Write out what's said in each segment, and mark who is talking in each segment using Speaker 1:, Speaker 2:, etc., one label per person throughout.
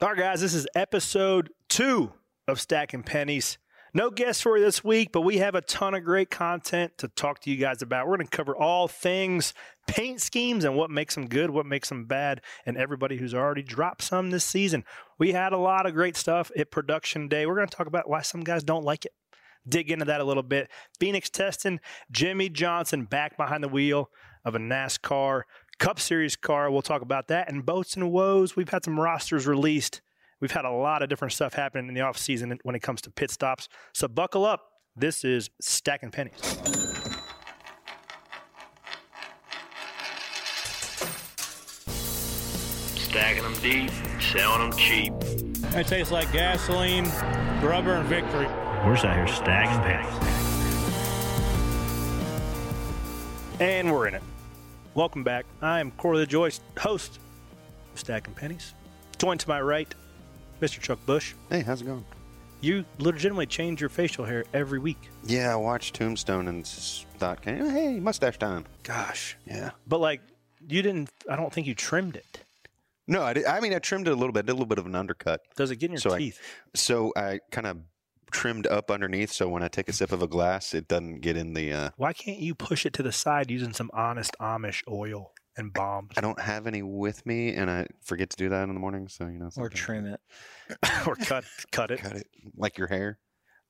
Speaker 1: All right, guys, this is episode two of Stacking Pennies. No guests for you this week, but we have a ton of great content to talk to you guys about. We're going to cover all things paint schemes and what makes them good, what makes them bad, and everybody who's already dropped some this season. We had a lot of great stuff at production day. We're going to talk about why some guys don't like it. Dig into that a little bit. Phoenix testing Jimmy Johnson back behind the wheel of a NASCAR Cup Series car. We'll talk about that and boats and woes. We've had some rosters released. We've had a lot of different stuff happening in the offseason when it comes to pit stops. So buckle up. This is Stacking Pennies.
Speaker 2: Stacking them deep, selling them cheap.
Speaker 3: It tastes like gasoline, rubber, and victory.
Speaker 2: We're just out here stacking pennies.
Speaker 1: And we're in it. Welcome back. I am Corey the Joyce, host of Stacking Pennies. Joined to my right, Mr. Chuck Bush.
Speaker 4: Hey, how's it going?
Speaker 1: You legitimately change your facial hair every week.
Speaker 4: Yeah, I watched Tombstone and s- thought, "Can- oh, hey, mustache time.
Speaker 1: Gosh.
Speaker 4: Yeah.
Speaker 1: But like, you didn't, I don't think you trimmed it.
Speaker 4: No, I, did, I mean, I trimmed it a little bit, did a little bit of an undercut.
Speaker 1: Does it get in your
Speaker 4: So I-
Speaker 1: teeth?
Speaker 4: So I kind of trimmed up underneath. So when I take a sip of a glass, it doesn't get in the. Uh,
Speaker 1: Why can't you push it to the side using some honest Amish oil and bombs
Speaker 4: I don't have any with me, and I forget to do that in the morning. So you know,
Speaker 5: Or
Speaker 4: sometimes
Speaker 5: trim it.
Speaker 1: or cut cut it?
Speaker 4: Cut it like your hair.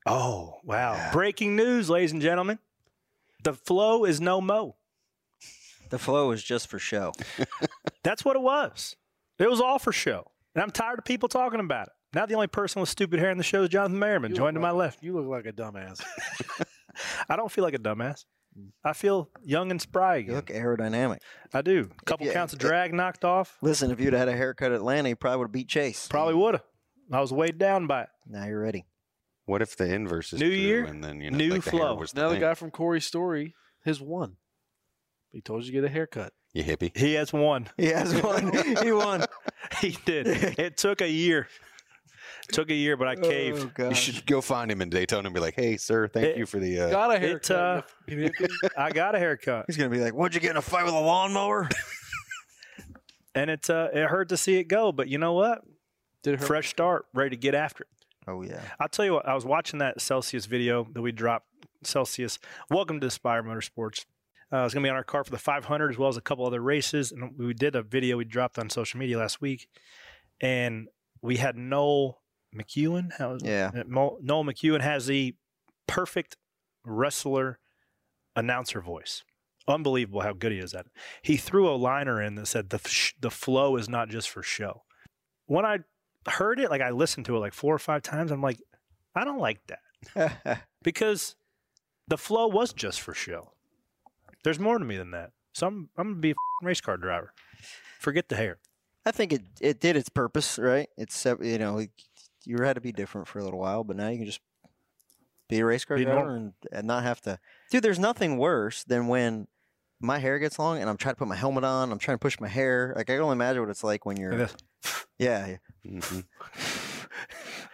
Speaker 1: Oh wow!
Speaker 4: Yeah.
Speaker 1: Breaking news, ladies and gentlemen. The flow is no mo.
Speaker 5: The flow is just for show.
Speaker 1: That's what it was. It was all for show, and I'm tired of people talking about it. Now the only person with stupid hair in the show is Jonathan Merriman,
Speaker 6: You
Speaker 1: joined to
Speaker 6: look
Speaker 1: my
Speaker 6: like-
Speaker 1: left.
Speaker 6: You look like a dumbass.
Speaker 1: I don't feel like a dumbass. I feel young and spry
Speaker 5: You
Speaker 1: again.
Speaker 5: look aerodynamic.
Speaker 1: I do. A couple
Speaker 5: Yeah.
Speaker 1: counts of drag knocked off.
Speaker 5: Listen, if you'd had a haircut at Atlanta, you probably would have beat Chase.
Speaker 1: Probably would have. I was weighed down by it.
Speaker 5: Now you're ready.
Speaker 4: What if the inverse is
Speaker 1: New
Speaker 4: true
Speaker 1: year,
Speaker 4: and then you know,
Speaker 1: new
Speaker 4: like the hair
Speaker 1: flow.
Speaker 4: was the
Speaker 6: now the
Speaker 4: thing?
Speaker 6: guy from Corey's story has won. He told you to get a haircut.
Speaker 4: you hippie.
Speaker 1: He has one.
Speaker 5: He has one. he won.
Speaker 1: He did. It took a year. took a year, but I caved.
Speaker 5: Oh, gosh.
Speaker 4: You should go find him in Daytona and be like, "Hey, sir, thank
Speaker 1: It-
Speaker 4: you for the." Uh,
Speaker 6: Got a
Speaker 1: it,
Speaker 6: haircut.
Speaker 1: uh,
Speaker 6: you fucking hippie.
Speaker 1: I got a haircut,
Speaker 5: He's gonna be like, "What'd you get in a fight with a lawnmower?"
Speaker 1: and it uh, it hurt to see it go. But you know what?
Speaker 6: Did it hurt?
Speaker 1: Fresh start, ready to get after it.
Speaker 5: oh yeah.
Speaker 1: I'll tell you what. I was watching that Celsius video that we dropped. Celsius, welcome to Aspire Motorsports. Uh, it's going to be on our car for the 500 as well as a couple other races. And we did a video we dropped on social media last week, and we had Noel McEwen. How is
Speaker 5: Yeah.
Speaker 1: Uh, Mo- Noel McEwen has the perfect wrestler announcer voice. Unbelievable how good he is at it. He threw a liner in that said the f- sh- the flow is not just for show. When I heard it, like I listened to it like four or five times, I'm like, I don't like that because the flow was just for show. There's more to me than that. So I'm I'm gonna be a f***ing race car driver. Forget the hair.
Speaker 5: I think it it did its purpose, right? It's sep- you know like, you had to be different for a little while, but now you can just be a race car
Speaker 1: Be
Speaker 5: driver and, and not have to. Dude, there's nothing worse than when my hair gets long and I'm trying to put my helmet on. I'm trying to push my hair. Like I can only imagine what it's like when you're.
Speaker 1: Like this,
Speaker 5: Yeah, yeah.
Speaker 4: mhm.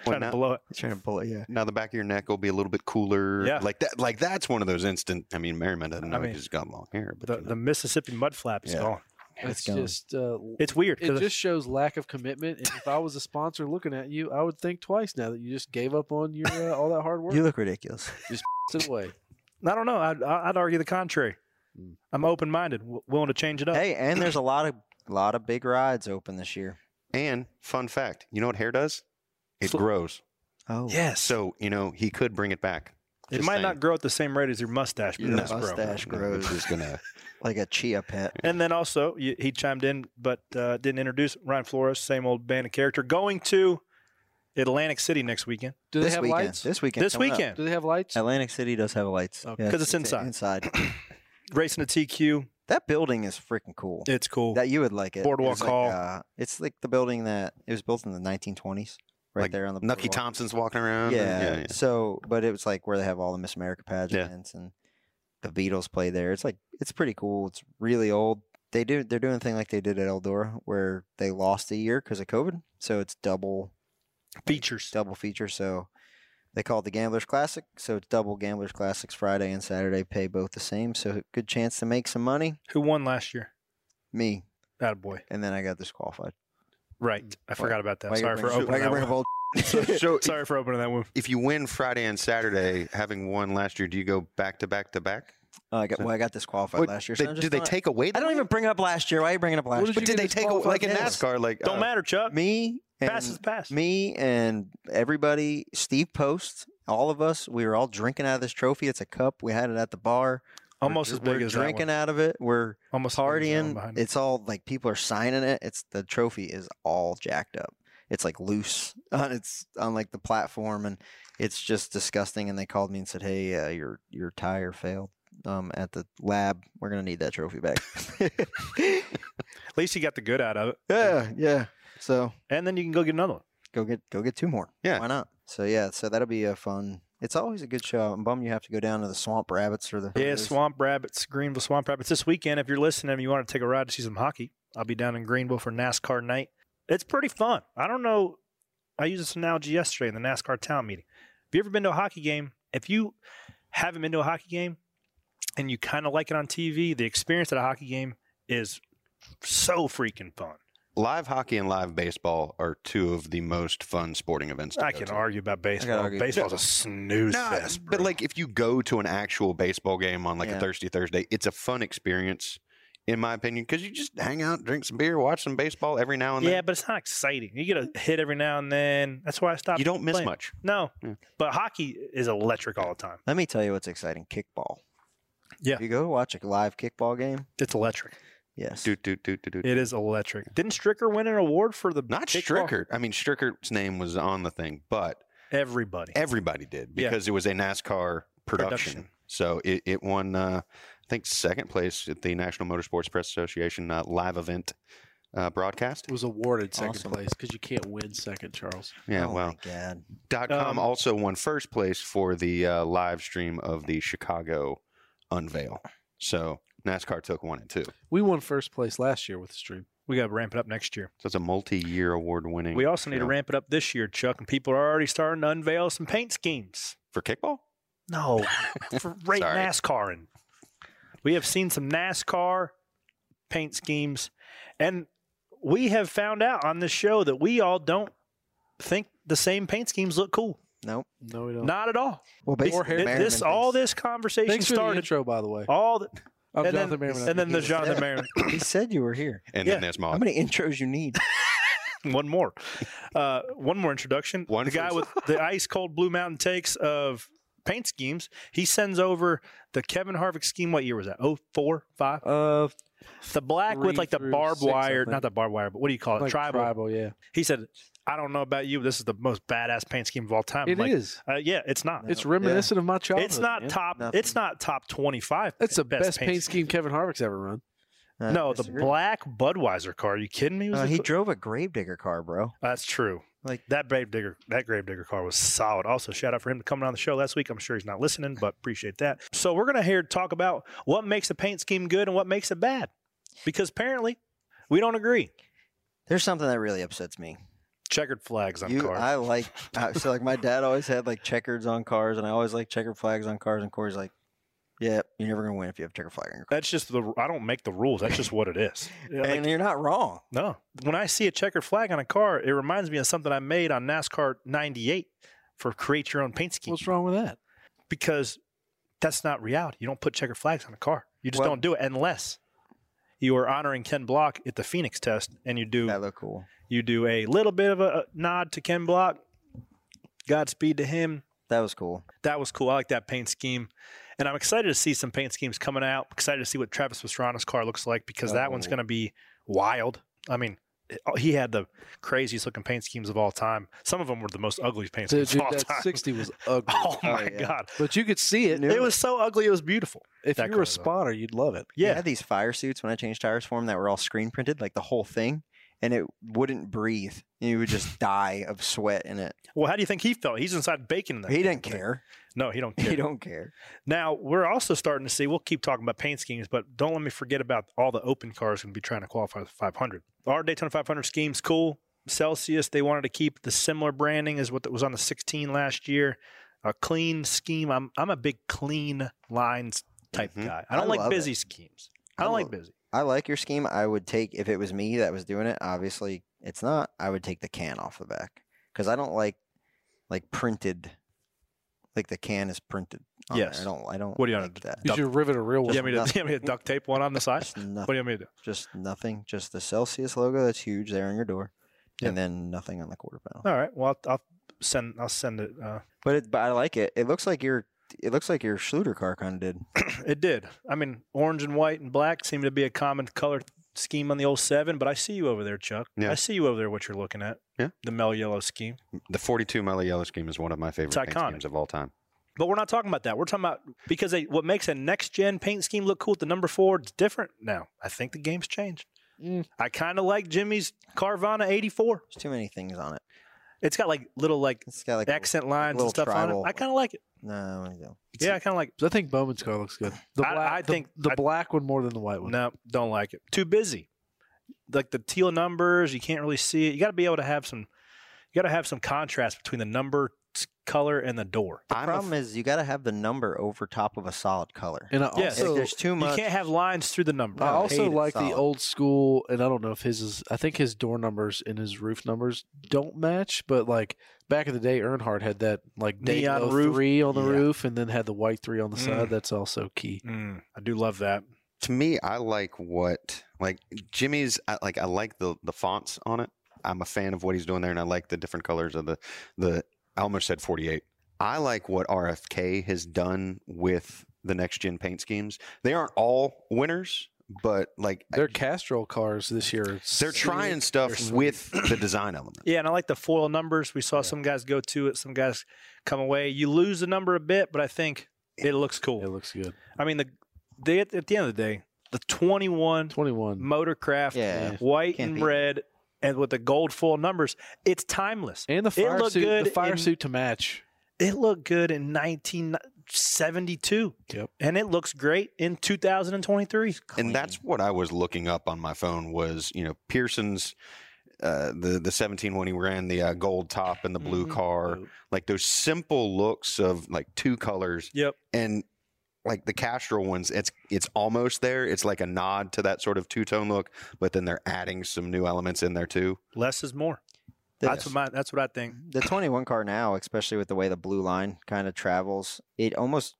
Speaker 4: Well,
Speaker 1: trying to
Speaker 4: now-
Speaker 1: blow it.
Speaker 5: Trying to pull it. Yeah.
Speaker 4: now the back of your neck will be a little bit cooler.
Speaker 1: Yeah.
Speaker 4: Like that like that's one of those instant I mean Merriman doesn't know
Speaker 1: I mean,
Speaker 4: he's got long hair, but
Speaker 1: The,
Speaker 4: you know.
Speaker 1: the Mississippi mud flap is
Speaker 4: Yeah.
Speaker 1: gone.
Speaker 6: it's
Speaker 5: gone.
Speaker 6: just uh,
Speaker 1: It's weird.
Speaker 6: it
Speaker 1: 'cause
Speaker 6: just shows lack of commitment. And if I was a sponsor looking at you, I would think twice now that you just gave up on your uh, all that hard work.
Speaker 5: You look ridiculous.
Speaker 6: It's away.
Speaker 1: I don't know. I'd, I'd argue the contrary.
Speaker 6: Mm.
Speaker 1: I'm open minded, w- willing to change it up.
Speaker 5: Hmm. Hey, and there's a lot of lot of big rides open this year.
Speaker 4: and fun fact, you know what hair does? It
Speaker 1: Fl-
Speaker 4: grows.
Speaker 5: Oh,
Speaker 1: yes.
Speaker 4: So, you know, he could bring it back.
Speaker 1: it
Speaker 4: just
Speaker 1: might
Speaker 4: saying.
Speaker 1: not grow at the same rate as your mustache, but
Speaker 5: Your
Speaker 1: that's grow.
Speaker 5: mustache. Dash
Speaker 4: You know, which
Speaker 5: grows.
Speaker 4: is gonna
Speaker 5: like a chia pet.
Speaker 1: And then also, y- he chimed in, but uh, didn't introduce Ryan Flores, same old band of character, going to Atlantic City next weekend.
Speaker 6: Do they
Speaker 5: this
Speaker 6: have
Speaker 5: weekend.
Speaker 6: lights?
Speaker 5: This weekend.
Speaker 1: this
Speaker 5: coming up.
Speaker 1: weekend,
Speaker 6: Do they have lights?
Speaker 5: Atlantic City does have lights.
Speaker 6: Okay.
Speaker 1: 'Cause it's inside.
Speaker 5: Inside.
Speaker 1: racing a TQ.
Speaker 5: That building is freaking cool.
Speaker 1: It's cool.
Speaker 5: That you would like it.
Speaker 1: Boardwalk
Speaker 5: It's like,
Speaker 1: Hall.
Speaker 5: uh, it's like the building that it was built in the 1920s, right
Speaker 4: Like
Speaker 5: there on the
Speaker 4: Nucky
Speaker 5: boardwalk.
Speaker 4: Thompson's walking around.
Speaker 5: Yeah.
Speaker 4: and- yeah,
Speaker 5: So, but it was like where they have all the Miss America pageants and the Beatles play there. It's like it's pretty cool. It's really old. They do they're doing a thing like they did at Eldora where they lost a year because of COVID, so it's double
Speaker 1: Features.
Speaker 5: double feature. So they call it the Gamblers Classic. So it's double Gamblers Classics Friday and Saturday. Pay both the same. So good chance to make some money.
Speaker 1: Who won last year?
Speaker 5: Me
Speaker 1: That boy.
Speaker 5: and then I got disqualified.
Speaker 1: Right. I forgot about that.
Speaker 5: Hmm. Why you
Speaker 1: Sorry
Speaker 5: bring-
Speaker 1: for
Speaker 5: why
Speaker 1: opening
Speaker 5: you
Speaker 1: that
Speaker 5: bring Uh,
Speaker 1: one.
Speaker 5: up old
Speaker 4: So, so if,
Speaker 1: Sorry for opening that one.
Speaker 4: if you win Friday and Saturday, having won last year, do you go back to back to back?
Speaker 5: Uh, I got, well, I got disqualified
Speaker 4: What-
Speaker 5: last year. so
Speaker 4: They,
Speaker 5: I'm
Speaker 4: do
Speaker 5: just
Speaker 4: they
Speaker 5: not-
Speaker 4: take away?
Speaker 5: I don't even bring up last year. Why are you bringing up last
Speaker 6: did
Speaker 5: year?
Speaker 4: But did they take away like in
Speaker 5: disqualified
Speaker 4: NASCAR? Like
Speaker 1: Don't
Speaker 4: uh,
Speaker 1: matter, Chuck.
Speaker 5: Me and
Speaker 1: pass is pass.
Speaker 5: me and everybody, Steve Post, all of us, we were all drinking out of this trophy. It's a cup. We had it at the bar. We're
Speaker 1: Almost
Speaker 5: dr-
Speaker 1: as big
Speaker 5: we're
Speaker 1: as
Speaker 5: drinking
Speaker 1: that
Speaker 5: out of it. We're
Speaker 1: one. Almost as big as that one
Speaker 5: partying.
Speaker 1: behind it.
Speaker 5: It's all like people are signing it. It's the trophy is all jacked up. It's like loose on it's on like the platform, and it's just disgusting. And they called me and said, "Hey, uh, your your tire failed um, at the lab. We're gonna need that trophy back."
Speaker 1: At least you got the good out of it,
Speaker 5: yeah, yeah. So
Speaker 1: and then you can go get another one.
Speaker 5: go get go get two more.
Speaker 4: Yeah.
Speaker 5: why not? So yeah, so that'll be a fun. It's always a good show. I'm bummed you have to go down to the swamp rabbits or the
Speaker 1: Yeah,
Speaker 5: those-
Speaker 1: Swamp Rabbits, Greenville Swamp Rabbits. This weekend, if you're listening and you want to take a ride to see some hockey, I'll be down in Greenville for NASCAR night. It's pretty fun. I don't know. I used this analogy yesterday in the NASCAR town meeting. Have you ever been to a hockey game? If you haven't been to a hockey game and you kind of like it on TV, the experience at a hockey game is so freaking fun.
Speaker 4: live hockey and live baseball are two of the most fun sporting events. To
Speaker 1: I
Speaker 4: go
Speaker 1: can
Speaker 4: to.
Speaker 1: argue about baseball.
Speaker 5: argue.
Speaker 1: Baseball's a snooze
Speaker 4: No,
Speaker 1: fest.
Speaker 4: but
Speaker 1: bro.
Speaker 4: like if you go to an actual baseball game on like
Speaker 5: Yeah.
Speaker 4: a Thirsty Thursday, it's a fun experience, in my opinion, because you just hang out, drink some beer, watch some baseball every now and
Speaker 1: yeah,
Speaker 4: then.
Speaker 1: but it's not exciting. You get a hit every now and then. That's why I stopped.
Speaker 4: you don't miss
Speaker 1: playing.
Speaker 4: much. Hmm.
Speaker 1: No,
Speaker 4: Yeah.
Speaker 1: but hockey is electric all the time.
Speaker 5: Let me tell you what's exciting: kickball.
Speaker 1: Yeah.
Speaker 5: if you go watch a live kickball game,
Speaker 1: It's electric.
Speaker 5: yes,
Speaker 4: Doot, doot, doot, doot, doot.
Speaker 1: It is electric. Didn't Stricker win an award for the
Speaker 4: Not
Speaker 1: kickball?
Speaker 4: Strickert. I mean, Strickert's name was on the thing, but
Speaker 1: Everybody.
Speaker 4: everybody did
Speaker 1: Yeah.
Speaker 4: because it was a NASCAR production.
Speaker 1: Production.
Speaker 4: So it, it won, uh, I think, second place at the National Motorsports Press Association uh, live event uh, broadcast.
Speaker 6: was awarded second
Speaker 5: Awesome.
Speaker 6: place because you can't win second, Charles.
Speaker 4: Yeah,
Speaker 5: oh
Speaker 4: well,
Speaker 5: my god,
Speaker 4: dot com
Speaker 1: Um,
Speaker 4: also won first place for the uh, live stream of the Chicago unveil. So NASCAR took one and two. So
Speaker 6: We won first place last year with the stream.
Speaker 1: We got to ramp it up next year.
Speaker 4: it's a multi-year award-winning.
Speaker 1: We also need to
Speaker 4: show.
Speaker 1: ramp it up this year, Chuck, and people are already starting to unveil some paint schemes.
Speaker 4: for kickball.
Speaker 1: No, for rate
Speaker 4: Sorry.
Speaker 1: NASCAR. And we have seen some NASCAR paint schemes, and we have found out on this show that we all don't think the same paint schemes look cool.
Speaker 5: nope.
Speaker 6: No, we don't.
Speaker 1: Not at all.
Speaker 5: Well,
Speaker 1: This,
Speaker 5: basically,
Speaker 1: this-
Speaker 5: Merriman
Speaker 1: this- all
Speaker 5: thinks-
Speaker 1: this conversation
Speaker 6: Thanks for the
Speaker 1: started.
Speaker 6: intro, by the way.
Speaker 1: all the,
Speaker 6: I'm
Speaker 1: and,
Speaker 6: Jonathan
Speaker 1: then,
Speaker 6: Merriman.
Speaker 1: and then the Jonathan
Speaker 5: Yeah.
Speaker 1: Merriman.
Speaker 5: He said you were here.
Speaker 4: And
Speaker 1: Yeah.
Speaker 4: then there's
Speaker 5: How
Speaker 4: Molly.
Speaker 5: many intros you need?
Speaker 1: one more, uh, one more introduction.
Speaker 4: One
Speaker 1: the guy
Speaker 4: first.
Speaker 1: with the ice cold Blue Mountain takes of paint schemes. He sends over the Kevin Harvick scheme. What year was that? Oh four five.
Speaker 5: Uh,
Speaker 1: The black
Speaker 6: Three
Speaker 1: with like the
Speaker 6: through
Speaker 1: barbed
Speaker 6: six, I
Speaker 1: wire,
Speaker 6: think.
Speaker 1: not the barbed wire, but what do you call it?
Speaker 6: like
Speaker 1: tribal.
Speaker 6: Uh, tribal, yeah.
Speaker 1: He said, "I don't know about you, but this is the most badass paint scheme of all time."
Speaker 6: It
Speaker 1: I'm like,
Speaker 6: is.
Speaker 1: Uh, yeah, it's not.
Speaker 5: No.
Speaker 6: It's reminiscent of my childhood.
Speaker 1: It's not
Speaker 6: man.
Speaker 1: top.
Speaker 5: Nothing.
Speaker 1: It's not top twenty-five.
Speaker 6: That's the best, paint,
Speaker 1: scheme.
Speaker 6: scheme Kevin Harvick's ever run.
Speaker 5: Uh, I
Speaker 1: No, the
Speaker 5: disagree.
Speaker 1: black Budweiser car. Are you kidding me? It was
Speaker 5: Uh,
Speaker 1: the
Speaker 5: he
Speaker 1: cl-
Speaker 5: drove a Gravedigger car, bro.
Speaker 1: That's true.
Speaker 5: Like-
Speaker 1: that grave digger, that grave digger car was solid. Also, shout out for him to coming on the show last week. I'm sure he's not listening, but appreciate that. So we're gonna hear talk about what makes a paint scheme good and what makes it bad, because apparently we don't agree.
Speaker 5: There's something that really upsets me.
Speaker 1: Checkered flags on
Speaker 5: You,
Speaker 1: cars.
Speaker 5: I like I, so like my dad always had like checkers on cars, and I always like checkered flags on cars. And Corey's like, "Yeah, you're never gonna win if you have checkered flag on your car."
Speaker 1: That's just the. I don't make the rules. That's just what it is. Yeah, like,
Speaker 5: and you're not wrong.
Speaker 1: no, when I see a checkered flag on a car, it reminds me of something I made on NASCAR '98 for create your own paint scheme.
Speaker 6: What's wrong with that?
Speaker 1: because that's not reality. You don't put checkered flags on a car. You just
Speaker 5: Well-
Speaker 1: don't do it unless you are honoring Ken Block at the Phoenix test and you do
Speaker 5: That look cool.
Speaker 1: you do a little bit of a a nod to Ken Block. Godspeed to him.
Speaker 5: That was cool.
Speaker 1: That was cool. I like that paint scheme. And I'm excited to see some paint schemes coming out. Excited to see what Travis Pastrana's car looks like because that one's
Speaker 5: Oh.
Speaker 1: going to be wild. I mean, it- oh, he had the craziest looking paint schemes of all time. Some of them were the most ugly paint
Speaker 6: Dude,
Speaker 1: schemes
Speaker 6: dude,
Speaker 1: of all
Speaker 6: that
Speaker 1: time.
Speaker 6: 60 was ugly.
Speaker 1: Oh my
Speaker 5: yeah.
Speaker 1: god.
Speaker 6: But you could see it.
Speaker 1: It was so ugly it was beautiful.
Speaker 6: if
Speaker 1: that
Speaker 6: you were
Speaker 1: car, though.
Speaker 6: a spotter, you'd love it.
Speaker 5: Yeah.
Speaker 1: Yeah.
Speaker 5: had these fire suits when I changed tires for him that were all screen printed, like the whole thing, and it wouldn't breathe. And you would just die of sweat in it.
Speaker 1: Well, how do you think he felt? He's inside bacon. In that
Speaker 5: He
Speaker 1: damn
Speaker 5: didn't
Speaker 1: thing.
Speaker 5: care.
Speaker 1: No, he don't care.
Speaker 5: He don't care.
Speaker 1: Now we're also starting to see. We'll keep talking about paint schemes, but don't let me forget about all the open cars going to be trying to qualify for the 500. Our Daytona 500 scheme's cool. Celsius they wanted to keep the similar branding as what was on the 16 last year. A clean scheme. I'm I'm a big clean lines type
Speaker 4: Mhm.
Speaker 1: guy. Mm-hmm. I don't
Speaker 5: I
Speaker 1: like
Speaker 5: love
Speaker 1: busy
Speaker 5: it.
Speaker 1: schemes. I
Speaker 5: I
Speaker 1: don't
Speaker 5: love-
Speaker 1: like busy.
Speaker 5: I like your scheme. I would take if it was me that was doing it. Obviously, it's not, I would take the can off the back because I don't like like printed, like the can is printed. on there.
Speaker 1: Yes.
Speaker 5: I don't. I don't.
Speaker 1: What do you want
Speaker 5: like that?
Speaker 6: You
Speaker 1: Duck-
Speaker 6: should rivet a real
Speaker 1: You
Speaker 6: one.
Speaker 5: Yeah.
Speaker 1: want, me to, you want me to duct tape one on the side?
Speaker 5: Just nothing.
Speaker 1: What do you want me to do?
Speaker 5: just nothing. Just the Celsius logo that's huge there on your door,
Speaker 1: Yeah.
Speaker 5: and then nothing on the quarter panel.
Speaker 1: All right. Well, I'll, I'll send. I'll send it. Uh,
Speaker 5: But it, but I like it. It looks like your it looks like your Schluter car kind of did.
Speaker 1: it did. I mean, orange and white and black seem to be a common color scheme on the old seven. But I see you over there, Chuck.
Speaker 4: Yeah.
Speaker 1: I see you over there. What you're looking at?
Speaker 4: Yeah.
Speaker 1: The mel yellow scheme.
Speaker 4: The 42 Mellow Yellow scheme is one of my
Speaker 1: It's
Speaker 4: favorite paint
Speaker 1: iconic.
Speaker 4: schemes of all time.
Speaker 1: But we're not talking about that. We're talking about because they, what makes a next gen paint scheme look cool at the number four is different now. I think the game's changed.
Speaker 6: Mm.
Speaker 1: I kind of like Jimmy's Carvana 84.
Speaker 5: There's too many things on it.
Speaker 1: It's got like little like
Speaker 5: It's got like a-
Speaker 1: accent lines and
Speaker 5: little
Speaker 1: stuff
Speaker 5: tribal-
Speaker 1: on it. I kind of like it.
Speaker 5: no. I don't.
Speaker 1: yeah, I kind of like it.
Speaker 6: I think Bowman's car looks good. The
Speaker 1: I-
Speaker 6: black,
Speaker 1: I
Speaker 6: the-
Speaker 1: think-
Speaker 6: the
Speaker 1: I-
Speaker 6: black one more than the white one.
Speaker 1: No, don't like it. Too busy. Like the teal numbers, you can't really see it. You got to be able to have some. You got to have some contrast between the number s- color and the door.
Speaker 5: The
Speaker 4: I'm a
Speaker 5: problem is you got to have the number over top of a solid color.
Speaker 6: And I
Speaker 1: Yes.
Speaker 5: If
Speaker 6: also,
Speaker 5: there's too
Speaker 1: You
Speaker 5: much.
Speaker 1: can't have lines through the number.
Speaker 6: I
Speaker 5: I
Speaker 6: also
Speaker 5: hate it
Speaker 6: like the
Speaker 5: solid.
Speaker 6: old school, and I don't know if his is. I think his door numbers and his roof numbers don't match, but like back in the day, Earnhardt had that like
Speaker 1: Neon
Speaker 6: Neon
Speaker 1: roof?
Speaker 6: three on the
Speaker 1: Yeah.
Speaker 6: roof, and then had the white three on the
Speaker 1: Mm.
Speaker 6: side. That's also key.
Speaker 1: Mm, I do love that.
Speaker 4: To me, I like what like Jimmy's. I, like I like the the fonts on it. I'm a fan of what he's doing there, and I like the different colors of the the. I almost said 48. I like what RFK has done with the next gen paint schemes. They aren't all winners, but like
Speaker 6: Their Castrol cars this year. are
Speaker 4: they're
Speaker 6: sweet.
Speaker 4: trying
Speaker 6: They're
Speaker 4: stuff
Speaker 6: sweet.
Speaker 4: with the design element.
Speaker 1: Yeah, and I like the foil numbers. We saw
Speaker 6: Yeah.
Speaker 1: some guys go to it, some guys come away. You lose the number a bit, but I think it looks
Speaker 6: It
Speaker 1: cool.
Speaker 6: looks good.
Speaker 1: I mean, the they at, at the end of the day, the 21
Speaker 6: Twenty one.
Speaker 1: Motorcraft
Speaker 5: yeah.
Speaker 6: Yeah.
Speaker 1: white
Speaker 5: Can't
Speaker 1: and
Speaker 5: beat it.
Speaker 1: red and with the gold foil numbers, it's timeless.
Speaker 6: And the fire
Speaker 1: looked
Speaker 6: suit, the
Speaker 1: good
Speaker 6: fire
Speaker 1: in-
Speaker 6: suit to match.
Speaker 1: It looked good in 1972.
Speaker 6: Yep.
Speaker 1: And it looks great in 2023.
Speaker 4: and that's what I was looking up on my phone was you know Pearson's uh, the the seventeen when he ran the uh, gold top and the blue
Speaker 1: Mhm.
Speaker 4: car like those simple looks of like two colors
Speaker 1: Yep.
Speaker 4: and like the Castrol ones it's it's almost there it's like a nod to that sort of two tone look but then they're adding some new elements in there too
Speaker 1: Less is more.
Speaker 5: The,
Speaker 1: That's what my, that's what I think.
Speaker 5: the 21 car now, especially with the way the blue line kind of travels, it almost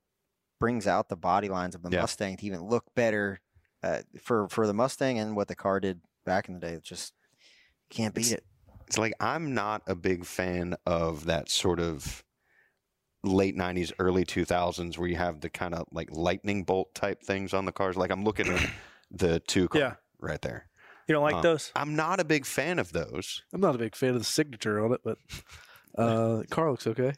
Speaker 5: brings out the body lines of the
Speaker 4: Yeah.
Speaker 5: Mustang to even look better uh, for for the Mustang and what the car did back in the day. It just can't beat it.
Speaker 4: it's like I'm not a big fan of that sort of late 90s early 2000s where you have the kind of like lightning bolt type things on the cars like I'm looking at the two car
Speaker 1: Yeah.
Speaker 4: right there
Speaker 1: You don't like
Speaker 4: Uh,
Speaker 1: those?
Speaker 4: I'm not a big fan of those.
Speaker 6: I'm not a big fan of the signature on it, but uh, the car looks okay.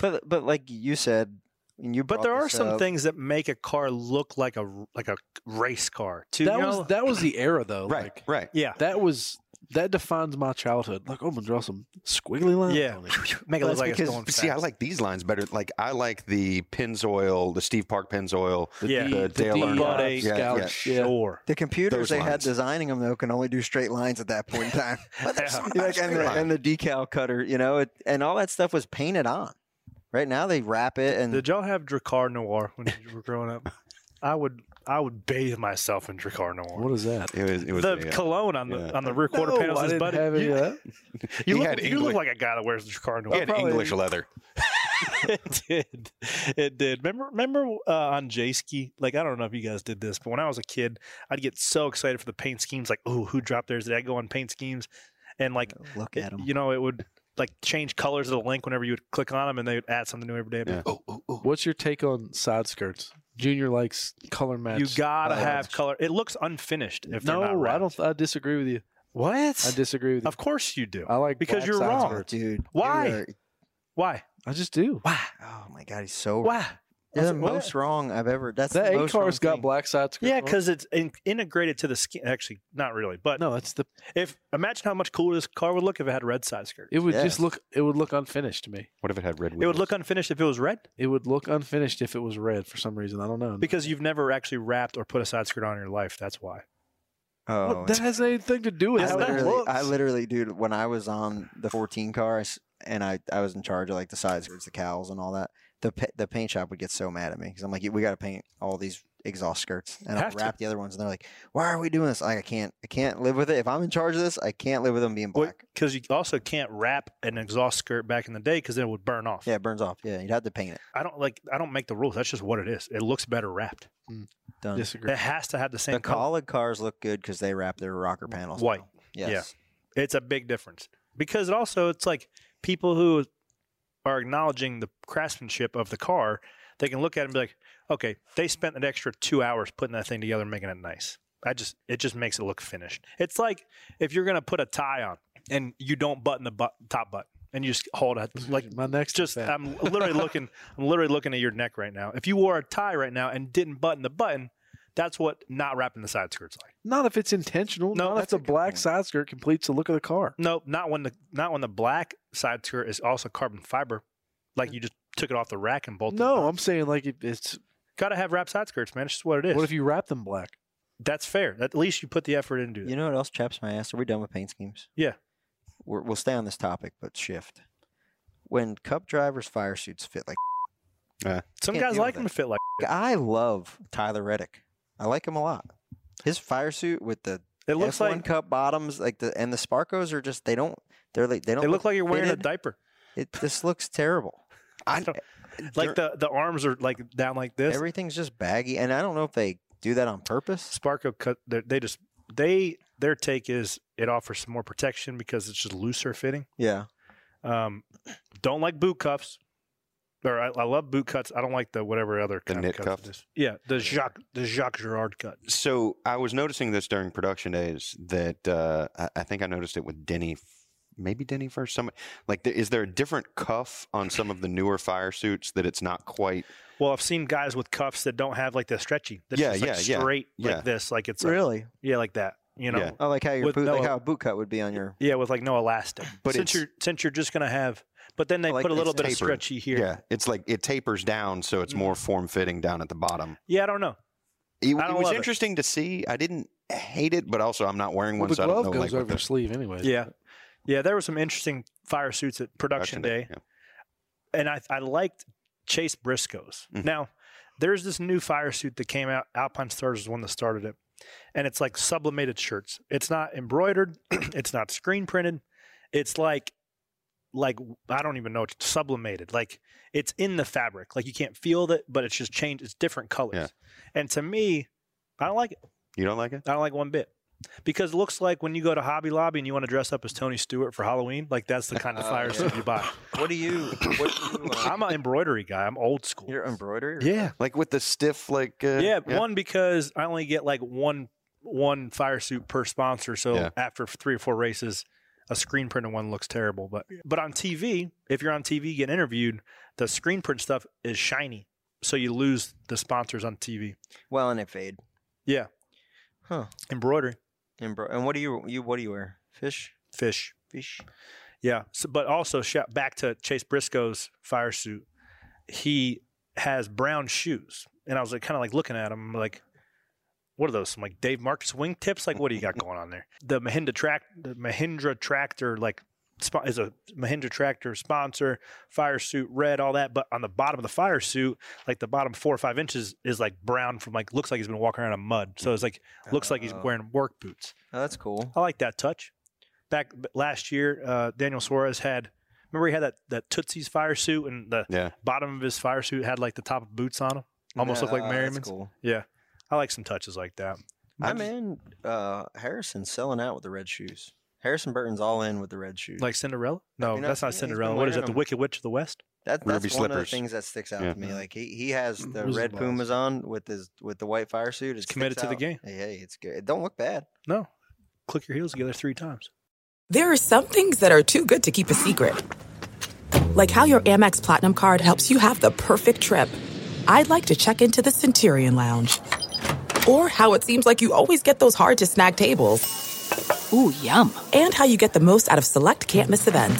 Speaker 5: But but like you said, and you
Speaker 1: But
Speaker 5: brought
Speaker 1: there are
Speaker 5: this
Speaker 1: some
Speaker 5: up,
Speaker 1: things that make a car look like a like a race car too.
Speaker 6: That
Speaker 1: you know?
Speaker 6: was that was the era though. Like,
Speaker 4: right.
Speaker 1: yeah.
Speaker 6: that was that defines my childhood. Like, oh, I'm gonna draw some squiggly lines.
Speaker 1: Yeah.
Speaker 6: on it.
Speaker 1: Make it look
Speaker 5: Well, that's
Speaker 1: like it's
Speaker 5: because-
Speaker 1: going
Speaker 4: But see, I
Speaker 1: fast.
Speaker 4: like these lines better. Like I like the Pennzoil, the Steve Park Pennzoil.
Speaker 6: The
Speaker 1: Yeah.
Speaker 6: D-
Speaker 4: The
Speaker 6: the
Speaker 4: Dale
Speaker 6: D,
Speaker 4: Earnhardt.
Speaker 6: uh,
Speaker 1: Yeah,
Speaker 6: Scout,
Speaker 4: yeah.
Speaker 6: yeah.
Speaker 1: Sure.
Speaker 5: The computers
Speaker 4: Those
Speaker 5: they had
Speaker 4: lines.
Speaker 5: designing them though can only do straight lines at that point in time.
Speaker 4: But there's
Speaker 1: Yeah.
Speaker 4: some
Speaker 5: Yeah,
Speaker 4: nice
Speaker 5: like, and,
Speaker 4: straight
Speaker 5: the,
Speaker 4: lines.
Speaker 5: and the decal cutter, you know, it, and all that stuff was painted on. Right now they wrap it and
Speaker 1: Did y'all have Dracar Noir when you were growing up? I would I would bathe myself in Dracar Noir.
Speaker 6: What is that?
Speaker 4: It was, it was
Speaker 1: the
Speaker 4: a, uh,
Speaker 1: cologne on the
Speaker 4: yeah.
Speaker 1: on the rear quarter
Speaker 6: No,
Speaker 1: panels
Speaker 6: I
Speaker 1: is
Speaker 6: didn't
Speaker 1: buddy.
Speaker 6: have any
Speaker 1: you,
Speaker 6: of that.
Speaker 1: you
Speaker 4: He
Speaker 1: look,
Speaker 4: had
Speaker 1: you look
Speaker 4: English-
Speaker 1: like a guy that wears Dracar Noir.
Speaker 4: he had
Speaker 6: probably-
Speaker 4: English leather.
Speaker 1: it did. It did. Remember, remember uh, on J Ski? Like, I don't know if you guys did this, but when I was a kid, I'd get so excited for the paint schemes. Like, oh, who dropped theirs? Did I go on paint schemes? And like,
Speaker 5: look
Speaker 1: it-
Speaker 5: at them.
Speaker 1: you know, it would like change colors of the link whenever you would click on them, and they would add something new every day. I'd be
Speaker 4: Yeah.
Speaker 1: like,
Speaker 4: oh.
Speaker 6: What's your take on side skirts? Junior likes color match.
Speaker 1: You gotta
Speaker 5: Oh,
Speaker 1: have
Speaker 5: that's-
Speaker 1: color. It looks unfinished if they're not
Speaker 6: no, I
Speaker 1: wrapped.
Speaker 6: don't. I disagree with you.
Speaker 1: What?
Speaker 6: I Uh, disagree with you.
Speaker 1: Of course you do.
Speaker 6: I like
Speaker 1: because
Speaker 6: black
Speaker 1: you're
Speaker 6: side
Speaker 1: wrong.
Speaker 5: Oh,
Speaker 6: skirts.
Speaker 5: dude, you
Speaker 1: Why?
Speaker 5: are-
Speaker 1: Why?
Speaker 6: I just do.
Speaker 1: Why?
Speaker 5: oh my god, he's so
Speaker 1: Why?
Speaker 5: You're the
Speaker 1: That's- what?
Speaker 5: most wrong I've ever. That's
Speaker 6: That
Speaker 5: the
Speaker 6: A
Speaker 5: most
Speaker 6: car's
Speaker 5: wrong
Speaker 6: got
Speaker 5: thing.
Speaker 6: black side skirts.
Speaker 1: Yeah,
Speaker 6: on it.
Speaker 1: because it's in- integrated to the skin. Actually, not really. But
Speaker 6: no, it's the.
Speaker 1: if imagine how much cooler this car would look if it had a red side skirt.
Speaker 6: It would
Speaker 5: Yeah.
Speaker 6: just look. It would look unfinished to me.
Speaker 4: What if it had red?
Speaker 1: It would look unfinished if it was red
Speaker 6: It would look unfinished if it was red for some reason. I don't know.
Speaker 1: because you've never actually wrapped or put a side skirt on in your life. That's why.
Speaker 6: What-
Speaker 5: Oh,
Speaker 6: that has anything to do with
Speaker 5: I
Speaker 6: how it
Speaker 5: literally,
Speaker 6: looks.
Speaker 5: I literally, dude, when I was on the 14 car I s- and I, I was in charge of like the sides, the cowls, and all that. The pa- the paint shop would get so mad at me because I'm like, we got to paint all these exhaust skirts and I'll
Speaker 1: Have to.
Speaker 5: wrap the other ones. And they're like, "Why are we doing this?" Like, I can't, I can't live with it. If I'm in charge of this, I can't live with them being black.
Speaker 1: Because you also can't wrap an exhaust skirt back in the day because then it would burn off.
Speaker 5: Yeah, it burns off. Yeah, you'd have to paint it.
Speaker 1: I don't like. I don't make the rules. That's just what it is. It looks better wrapped.
Speaker 5: Done.
Speaker 6: Disagree.
Speaker 1: It has to have the same
Speaker 5: the
Speaker 1: color.
Speaker 5: college cars look good because they wrap their rocker panels. now.
Speaker 1: White.
Speaker 5: Yes.
Speaker 1: It's a big difference because it also it's like people who are acknowledging the craftsmanship of the car. They can look at it and be like, okay, they spent an extra two hours putting that thing together and making it nice. I just it just makes it look finished. It's like if you're gonna put a tie on and you don't button the but- top button and you just hold it like
Speaker 6: my next
Speaker 1: It's just um,
Speaker 6: fat.
Speaker 1: I'm literally looking I'm literally looking at your neck right now. If you wore a tie right now and didn't button the button, that's what not wrapping the side skirts like.
Speaker 6: Not if it's intentional.
Speaker 1: No,
Speaker 6: No, not if
Speaker 1: that's
Speaker 6: the
Speaker 1: a good Mm,
Speaker 6: black
Speaker 5: point.
Speaker 6: side skirt completes the look of the car.
Speaker 1: Nope, not when the not when the black side skirt is also carbon fiber. Like you just took it off the rack and bolted. it
Speaker 6: No,
Speaker 1: on.
Speaker 6: I'm saying like it, it's.
Speaker 1: gotta have wrapped side skirts, man. It's just what it is.
Speaker 6: What if you wrap them black?
Speaker 1: That's fair. At least you put the effort into it.
Speaker 5: You know what else chaps my ass? Are we done with paint schemes?
Speaker 1: Yeah.
Speaker 5: We're, we'll stay on this topic, but shift. When cup drivers' fire suits fit like,
Speaker 1: Some
Speaker 5: can't
Speaker 1: guys
Speaker 5: deal
Speaker 1: like
Speaker 5: with
Speaker 1: them
Speaker 5: it.
Speaker 1: to fit like.
Speaker 5: I love Tyler Reddick. I like him a lot. His fire suit with the
Speaker 1: It looks
Speaker 5: F1
Speaker 1: like
Speaker 5: cup bottoms, like the and the Sparkos are just they don't they're like they don't
Speaker 1: they look like you're wearing a
Speaker 5: fitted.
Speaker 1: diaper.
Speaker 5: it. This looks terrible.
Speaker 4: I,
Speaker 1: Like the the arms are like down like this.
Speaker 5: Everything's just baggy, and I don't know if they do that on purpose.
Speaker 1: Sparko cut. they- They just they their take is it offers some more protection because it's just looser fitting.
Speaker 5: Yeah,
Speaker 1: Um, don't like boot cuffs. Or I, I love boot cuts. I don't like the whatever other
Speaker 4: The
Speaker 1: kind
Speaker 4: knit
Speaker 1: of cuff.
Speaker 4: cuff?
Speaker 1: it is. Yeah, the Jacques the Jacques Girard cut.
Speaker 4: so I was noticing this during production days that uh, I, I think I noticed it with Denny, maybe Denny first. Some like, th- is there a different cuff on some of the newer fire suits that it's not quite?
Speaker 1: Well, I've seen guys with cuffs that don't have like the stretchy. That's
Speaker 4: Yeah,
Speaker 1: just, like,
Speaker 4: yeah, yeah,
Speaker 1: straight
Speaker 4: yeah.
Speaker 1: like this, like it's a-
Speaker 5: really.
Speaker 1: yeah, like that. You know,
Speaker 4: Yeah.
Speaker 5: I like how your
Speaker 1: With
Speaker 5: boot, like
Speaker 1: no-
Speaker 5: how a boot cut would be on your.
Speaker 1: yeah, with like no elastic.
Speaker 4: But
Speaker 1: since
Speaker 4: it's-
Speaker 1: you're since you're just gonna have, but then they
Speaker 5: Like
Speaker 1: put a
Speaker 5: it's
Speaker 1: little bit of
Speaker 4: tapered.
Speaker 1: stretchy here.
Speaker 4: Yeah, it's like it tapers down, so it's
Speaker 1: Mm.
Speaker 4: more form fitting down at the bottom.
Speaker 1: yeah, I don't know.
Speaker 4: It,
Speaker 1: I
Speaker 4: it
Speaker 1: don't
Speaker 4: was
Speaker 1: love it.
Speaker 4: interesting to see. I didn't hate it, but also I'm not wearing
Speaker 6: Well,
Speaker 4: one,
Speaker 6: the
Speaker 4: so I don't
Speaker 6: glove
Speaker 4: know.
Speaker 6: goes
Speaker 4: Like, what
Speaker 6: over the
Speaker 4: the
Speaker 6: sleeve anyway.
Speaker 1: Yeah. Yeah, there were some interesting fire suits at production, day,
Speaker 4: yeah.
Speaker 1: and I, I liked Chase Briscoe's.
Speaker 4: Mhm.
Speaker 1: Now, there's this new fire suit that came out. Alpine Stars is one that started it, and it's like sublimated shirts. It's not embroidered, it's not screen printed. It's like, like I don't even know. It's sublimated. Like it's in the fabric. Like you can't feel it, but it's just changed. It's different colors.
Speaker 4: Yeah.
Speaker 1: And to me, I don't like it.
Speaker 4: You don't like it?
Speaker 1: I don't like one bit. Because it looks like when you go to Hobby Lobby and you want to dress up as Tony Stewart for Halloween, like that's the kind of
Speaker 5: Oh,
Speaker 1: fire
Speaker 5: yeah.
Speaker 1: suit you buy.
Speaker 5: What do you? What do you
Speaker 1: I'm an embroidery guy. I'm old school.
Speaker 5: your embroidery? or-
Speaker 1: yeah.
Speaker 4: Like with the stiff, like uh,
Speaker 1: yeah, One because I only get like one one fire suit per sponsor. So
Speaker 4: Yeah.
Speaker 1: after three or four races, a screen printed one looks terrible. But but on TV, if you're on TV getting interviewed, the screen print stuff is shiny. So you lose the sponsors on TV.
Speaker 5: Well, and it fade.
Speaker 1: Embroidery,
Speaker 5: Embro- and what do you you what do you wear? Fish,
Speaker 1: fish.
Speaker 5: fish.
Speaker 1: Yeah. So, but also shout back to Chase Briscoe's fire suit. He has brown shoes, and I was like, kind of like looking at him, like, what are those? Some like Dave Marcus wingtips? Like, what do you got going on there? The Mahindra track, the Mahindra tractor, like spo- is a Mahindra tractor sponsor, fire suit, red, all that. But on the bottom of the fire suit, like the bottom four or five inches is like brown from like looks like he's been walking around in mud. So it's like looks like he's
Speaker 5: Oh.
Speaker 1: wearing work boots.
Speaker 5: Oh, that's cool.
Speaker 1: I like that touch. Back b- last year, uh, Daniel Suarez had. Remember, he had that that Tootsie's fire suit, and the
Speaker 4: Yeah.
Speaker 1: bottom of his fire suit had like the top of boots on him. Almost look like
Speaker 5: Oh, that's
Speaker 1: Merriman's.
Speaker 5: Cool.
Speaker 1: I like some touches like that.
Speaker 5: My man uh, Harrison's selling out with the red shoes. Harrison Burton's all in with the red shoes.
Speaker 1: Like Cinderella? No,
Speaker 5: you know,
Speaker 1: that's not
Speaker 5: yeah, he's been
Speaker 1: Cinderella. What is
Speaker 5: wearing
Speaker 1: it? The
Speaker 5: them.
Speaker 1: Wicked Witch of the West?
Speaker 5: That, that's
Speaker 4: Ruby
Speaker 5: one of the
Speaker 4: slippers.
Speaker 5: things that sticks out
Speaker 4: Yeah.
Speaker 5: to me. Like he, he has the
Speaker 6: Who's the
Speaker 5: red
Speaker 6: boss?
Speaker 5: Pumas on with his with the white fire suit. It's
Speaker 1: committed to the game.
Speaker 5: Hey, hey, it's good. It don't look bad.
Speaker 1: No. Click your heels together three times.
Speaker 7: There are some things that are too good to keep a secret. Like how your Amex Platinum card helps you have the perfect trip. I'd like to check into the Centurion Lounge. Or how it seems like you always get those hard to snag tables. Ooh, yum. And how you get the most out of select can't miss events.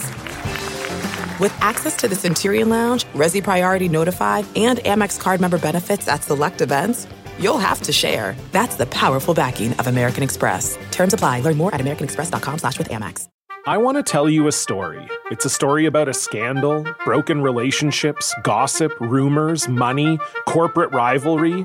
Speaker 7: With access to the Centurion Lounge, Resi Priority Notified, and Amex card member benefits at select events, you'll have to share. That's the powerful backing of American Express. Terms apply. Learn more at americanexpress.com slash with Amex.
Speaker 8: I want to tell you a story. It's a story about a scandal, broken relationships, gossip, rumors, money, corporate rivalry.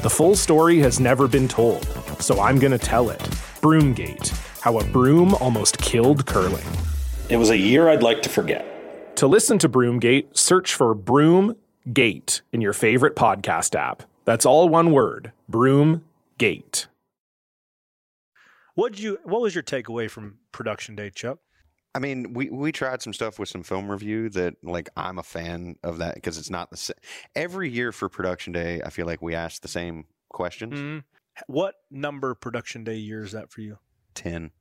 Speaker 8: The full story has never been told, so I'm going to tell it. Broomgate How a Broom Almost Killed Curling.
Speaker 9: It was a year I'd like to forget.
Speaker 8: To listen to Broomgate, search for Broomgate in your favorite podcast app. That's all one word Broomgate.
Speaker 1: What you? What was your takeaway from production day, Chuck?
Speaker 4: I mean, we we tried some stuff with some film review that like I'm a fan of that because it's not the same. Every year for production day, I feel like we ask the same questions.
Speaker 1: Mm.
Speaker 5: Mm-hmm.
Speaker 1: What number production day year is that for you?
Speaker 4: Ten.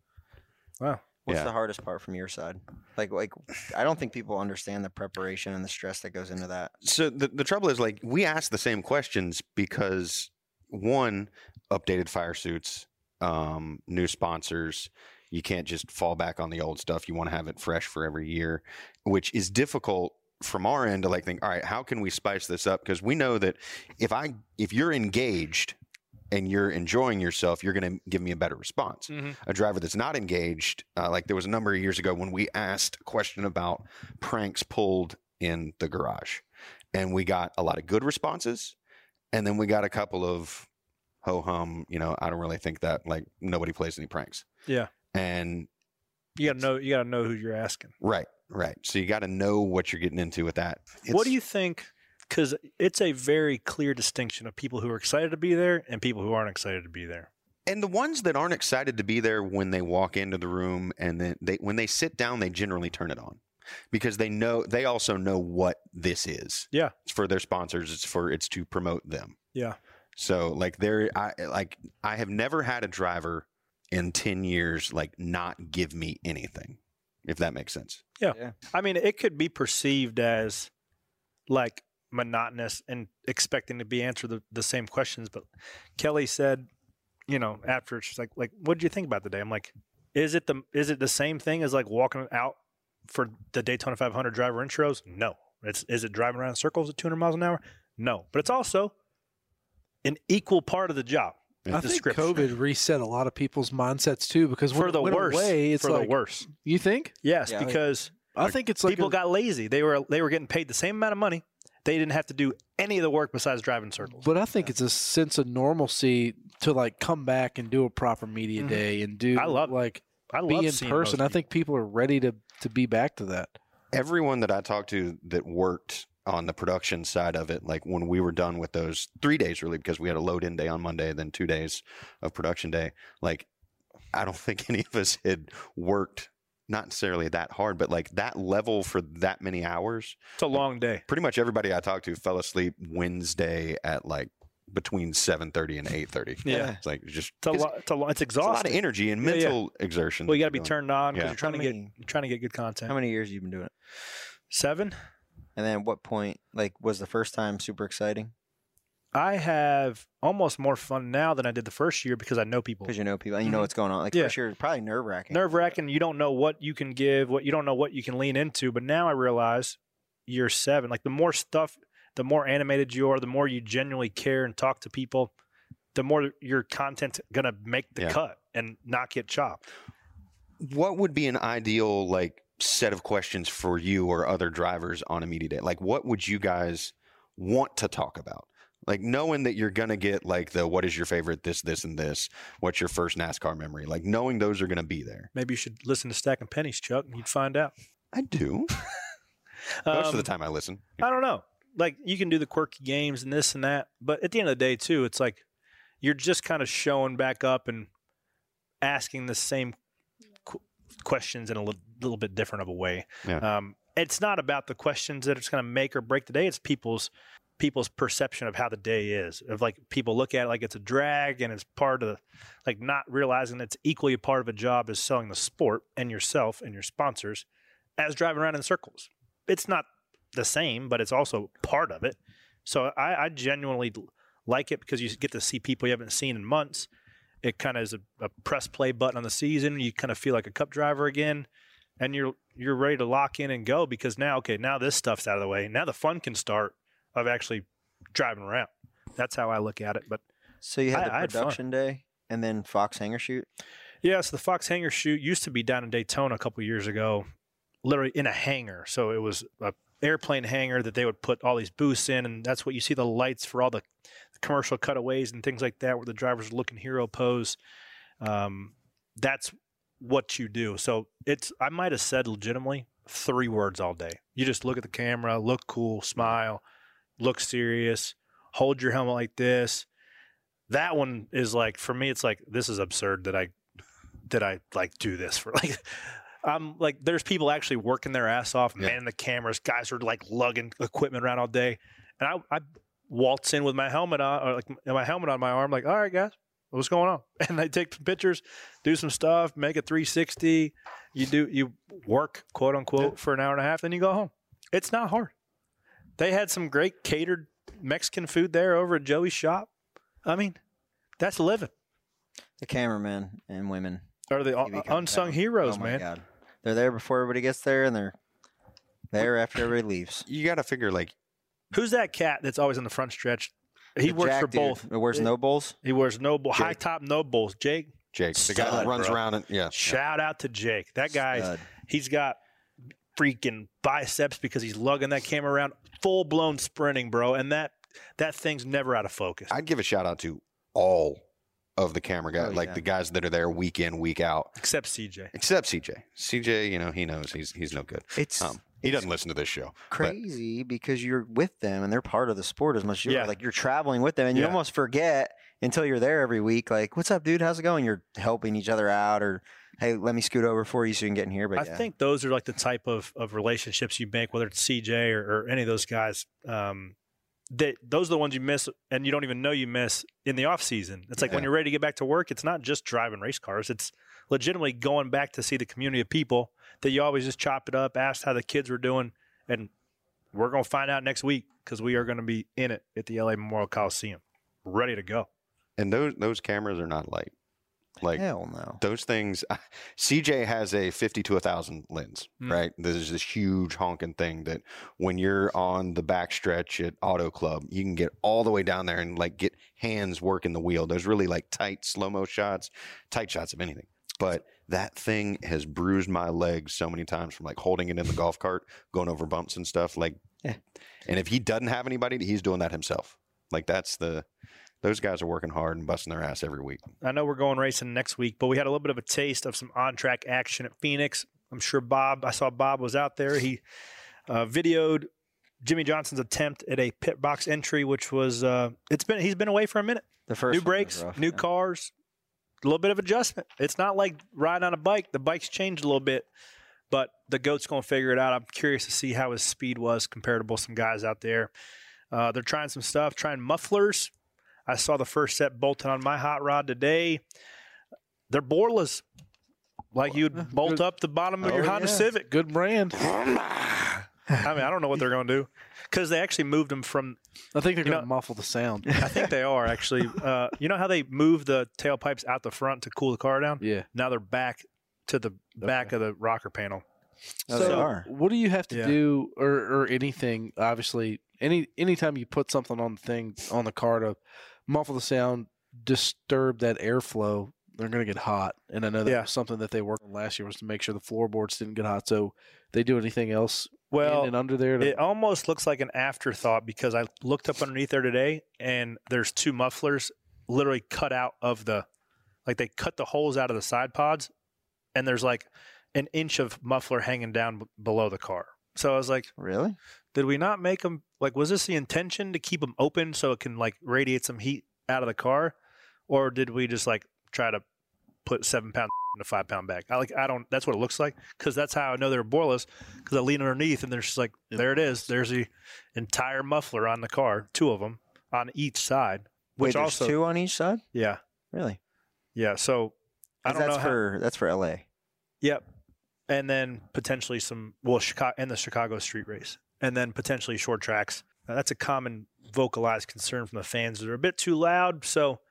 Speaker 1: Wow.
Speaker 5: What's
Speaker 4: Yeah.
Speaker 5: the hardest part from your side? Like, like I don't think people understand the preparation and the stress that goes into that.
Speaker 4: So the the trouble is like we ask the same questions because one updated fire suits, um, new sponsors. You can't just fall back on the old stuff. You want to have it fresh for every year, which is difficult from our end to like think. All right, how can we spice this up? Because we know that if I if you're engaged and you're enjoying yourself, you're going to give me a better response. A driver that's not engaged, uh, like there was a number of years ago when we asked a question about pranks pulled in the garage, and we got a lot of good responses, and then we got a couple of ho hum. You know, I don't really think that like nobody plays any pranks.
Speaker 1: Yeah.
Speaker 4: And
Speaker 1: You gotta know. You gotta know who you're asking.
Speaker 4: right, right. So you got to know what you're getting into with that.
Speaker 1: what
Speaker 4: It's-
Speaker 1: do you think? Because it's a very clear distinction of people who are excited to be there and people who aren't excited to be there.
Speaker 4: and the ones that aren't excited to be there when they walk into the room and then they when they sit down they generally turn it on because they know they also know what this is
Speaker 1: Yeah.
Speaker 4: it's for their sponsors it's for it's to promote them
Speaker 1: Yeah.
Speaker 4: so like there i like i have never had a driver in 10 years like not give me anything if that makes sense
Speaker 1: I mean, it could be perceived as like monotonous and expecting to be answered the, the same questions. But Kelly said, you know, after she's like, like, what did you think about the day? I'm like, is it the is it the same thing as like walking out for the Daytona 500 driver intros? No. It's is it driving around in circles at 200 miles an hour? No. But it's also an equal part of the job.
Speaker 6: I think
Speaker 1: Description.
Speaker 6: COVID reset a lot of people's mindsets too, because when
Speaker 1: for
Speaker 6: it
Speaker 1: the
Speaker 6: went
Speaker 1: worse.
Speaker 6: away, it's
Speaker 1: for
Speaker 6: like
Speaker 1: the worse.
Speaker 6: you think.
Speaker 1: Yes,
Speaker 5: Yeah.
Speaker 1: because
Speaker 6: I think it's like
Speaker 1: people
Speaker 6: a-
Speaker 1: got lazy. They were they were getting paid the same amount of money. They didn't have to do any of the work besides driving circles.
Speaker 6: But I think it's a sense of normalcy to like come back and do a proper media
Speaker 1: Mhm.
Speaker 6: day and do
Speaker 1: I love-
Speaker 6: like
Speaker 1: I love
Speaker 6: be in
Speaker 1: seeing
Speaker 6: person.
Speaker 1: most
Speaker 6: I think people are ready to to be back to that.
Speaker 4: everyone that I talked to that worked on the production side of it, like when we were done with those three days, really, because we had a load in day on Monday, then two days of production day, like I don't think any of us had worked not necessarily that hard, but like that level for that many hours.
Speaker 1: people. It's a long day.
Speaker 4: Pretty much everybody I talked to fell asleep Wednesday at like between seven thirty and eight thirty.
Speaker 1: Yeah.
Speaker 4: it's like just
Speaker 1: It's a
Speaker 4: it's-
Speaker 1: lot. It's a lot. It's
Speaker 4: it's a lot
Speaker 1: exhausting.
Speaker 4: of energy and
Speaker 1: Yeah, yeah.
Speaker 4: mental exertion.
Speaker 1: well,
Speaker 4: that
Speaker 1: you got
Speaker 4: you're
Speaker 1: to be
Speaker 4: doing.
Speaker 1: turned on because
Speaker 4: Yeah.
Speaker 1: you're trying to
Speaker 5: How
Speaker 1: get
Speaker 5: many-
Speaker 1: you're trying to get good content.
Speaker 5: How many years you been doing it?
Speaker 1: Seven.
Speaker 5: And then at what point, like, was the first time super exciting
Speaker 1: I have almost more fun now than I did the first year because I know people.
Speaker 5: because you know people and you know what's going on. Like,
Speaker 1: mm-hmm. Yeah.
Speaker 5: first year, probably nerve wracking.
Speaker 1: Nerve wracking. You don't know what you can give. What you don't know what you can lean into. But now I realize year seven. Like the more stuff, the more animated you are, the more you genuinely care and talk to people, the more your content's gonna make the
Speaker 4: Yeah.
Speaker 1: cut and not get chopped.
Speaker 4: what would be an ideal like set of questions for you or other drivers on a media day? Like, what would you guys want to talk about? Like knowing that you're gonna get like the what is your favorite this this and this, what's your first NASCAR memory? Like knowing those are gonna be there.
Speaker 1: Maybe you should listen to Stack and Pennies, Chuck, and you'd find out.
Speaker 4: I do most of
Speaker 1: Um,
Speaker 4: the time I listen.
Speaker 1: I don't know. Like you can do the quirky games and this and that, but at the end of the day, too, it's like you're just kind of showing back up and asking the same qu- questions in a lit- little bit different of a way.
Speaker 4: Yeah.
Speaker 1: Um, it's not about the questions that it's going to make or break the day. It's people's people's perception of how the day is. Of like people look at it like it's a drag and it's part of the, like not realizing it's equally a part of a job as selling the sport and yourself and your sponsors as driving around in circles. It's not the same, but it's also part of it. So I, I genuinely like it because you get to see people you haven't seen in months. It kind of is a, a press play button on the season. You kind of feel like a cup driver again, and you're you're ready to lock in and go because now okay now this stuff's out of the way. Now the fun can start of actually driving around. That's how I look at it. But
Speaker 5: so you had the
Speaker 1: I- I had fun.
Speaker 5: production day and then Fox Hanger Shoot.
Speaker 1: Yeah, so the Fox Hanger shoot used to be down in Daytona a couple years ago, literally in a hangar. So it was a airplane hangar that they would put all these booths in, and that's what you see the lights for all the commercial cutaways and things like that, where the drivers are looking hero pose. Um, that's what you do. So it's I might have said legitimately three words all day. You just look at the camera, look cool, smile, look serious, hold your helmet like this. That one is like for me, it's like this is absurd that I did I like do this for like I'm like there's people actually working their ass off,
Speaker 4: Yeah.
Speaker 1: manning the cameras, guys are like lugging equipment around all day. And I, I waltz in with my helmet on or like my helmet on my arm, like, all right guys, what's going on? And they take some pictures, do some stuff, make a three sixty, you do you work, quote unquote, for an hour and a half, then you go home. It's not hard. They had some great catered Mexican food there over at Joey's shop. I mean, that's living.
Speaker 5: The cameramen and women
Speaker 1: Are the
Speaker 5: TV
Speaker 1: un-
Speaker 5: comes
Speaker 1: Uh, unsung
Speaker 5: out.
Speaker 1: heroes,
Speaker 5: Oh my
Speaker 1: man.
Speaker 5: God. They're there before everybody gets there, and they're there after everybody leaves.
Speaker 4: You got to figure like
Speaker 1: Who's that cat that's always in the front stretch? He
Speaker 5: The
Speaker 1: works
Speaker 5: Jack
Speaker 1: for
Speaker 5: dude
Speaker 1: both.
Speaker 5: that wears no bowls?
Speaker 1: He wears no bull, high top no bulls. Jake.
Speaker 4: Jake, the guy that
Speaker 1: Stud,
Speaker 4: runs
Speaker 1: bro.
Speaker 4: around and yeah,
Speaker 1: Shout out to Jake. That guy's he's got freaking biceps because he's lugging that camera around, full blown sprinting, bro. And that that thing's never out of focus.
Speaker 4: I'd give a shout out to all of the camera guys,
Speaker 1: Oh,
Speaker 4: like
Speaker 1: yeah.
Speaker 4: the guys that are there week in, week out,
Speaker 1: Except CJ.
Speaker 4: except CJ. CJ, you know, he knows he's he's no good.
Speaker 5: It's-
Speaker 4: Um, he doesn't listen to this show. but-
Speaker 5: Crazy because you're with them and they're part of the sport as much as you
Speaker 4: Yeah.
Speaker 5: are. Like you're traveling with them, and you
Speaker 4: Yeah.
Speaker 5: almost forget until you're there every week. Like, what's up, dude? How's it going? You're helping each other out, or hey, let me scoot over for you so you can get in here. But
Speaker 1: I
Speaker 5: yeah.
Speaker 1: think those are like the type of, of relationships you make, whether it's CJ or, or any of those guys. Um, that those are the ones you miss, and you don't even know you miss in the off season. It's like when
Speaker 4: Yeah.
Speaker 1: you're ready to get back to work, it's not just driving race cars; it's legitimately going back to see the community of people that you always just chop it up, asked how the kids were doing, and we're gonna find out next week because we are gonna be in it at the LA Memorial Coliseum, ready to go.
Speaker 4: And those those cameras are not light. Like
Speaker 5: hell no.
Speaker 4: Those things. CJ has a fifty to a thousand lens,
Speaker 1: Mm.
Speaker 4: right? There's this huge honking thing that when you're on the back stretch at Auto Club, you can get all the way down there and like get hands working the wheel. There's really like tight slow mo shots, tight shots of anything. But that thing has bruised my legs so many times from like holding it in the golf cart, going over bumps and stuff. Like, and if he doesn't have anybody, he's doing that himself. Like that's the those guys are working hard and busting their ass every week.
Speaker 1: I know we're going racing next week, but we had a little bit of a taste of some on track action at Phoenix. I'm sure Bob, I saw Bob was out there. He uh, videoed Jimmy Johnson's attempt at a pit box entry, which was, uh, it's been, he's been away for a minute.
Speaker 5: The first
Speaker 1: new
Speaker 5: one was
Speaker 1: brakes,
Speaker 5: rough,
Speaker 1: new cars, a little bit of adjustment. It's not like riding on a bike. The bike's changed a little bit, but the goat's going to figure it out. I'm curious to see how his speed was compared to some guys out there. Uh, they're trying some stuff, trying mufflers. I saw the first set bolted on my hot rod today. They're boreless. Like you would bolt up the bottom of your
Speaker 6: Oh,
Speaker 1: Honda
Speaker 6: yeah.
Speaker 1: Civic.
Speaker 6: Good brand.
Speaker 1: I mean, I don't know what they're going to do because they actually moved them from.
Speaker 6: I think they're
Speaker 1: You
Speaker 6: going to muffle the sound.
Speaker 1: I think they are actually. Uh, you know how they move the tailpipes out the front to cool the car down?
Speaker 6: Yeah.
Speaker 1: Now they're back to the back of the rocker panel.
Speaker 5: Oh, they
Speaker 6: so
Speaker 5: are.
Speaker 6: what do you have to
Speaker 1: Yeah.
Speaker 6: do or, or anything obviously any anytime you put something on the thing on the car to muffle the sound disturb that airflow they're going to get hot and i know that
Speaker 1: Yeah.
Speaker 6: was something that they worked on last year was to make sure the floorboards didn't get hot so they do anything else
Speaker 1: Well,
Speaker 6: in and under there to,
Speaker 1: It almost looks like an afterthought because I looked up underneath there today and there's two mufflers literally cut out of the like they cut the holes out of the side pods and there's like an inch of muffler hanging down b- below the car. So I was like,
Speaker 5: really?
Speaker 1: Did we not make them like was this the intention to keep them open so it can like radiate some heat out of the car or did we just like try to put 7 pound in a 5 pound bag? I like I don't that's what it looks like cuz that's how I know they're boreless because I lean underneath and there's just like there it is. There's the entire muffler on the car, two of them on each side,
Speaker 5: Wait,
Speaker 1: which
Speaker 5: there's
Speaker 1: also
Speaker 5: two on each side.
Speaker 1: yeah,
Speaker 5: Really?
Speaker 1: yeah. So I
Speaker 5: 'Cause
Speaker 1: don't
Speaker 5: that's
Speaker 1: know. how,
Speaker 5: for that's for LA.
Speaker 1: yep, and then potentially some well, Chicago and the Chicago street race. and then potentially short tracks. Now, that's a common vocalized concern from the fans. They're a bit too loud. So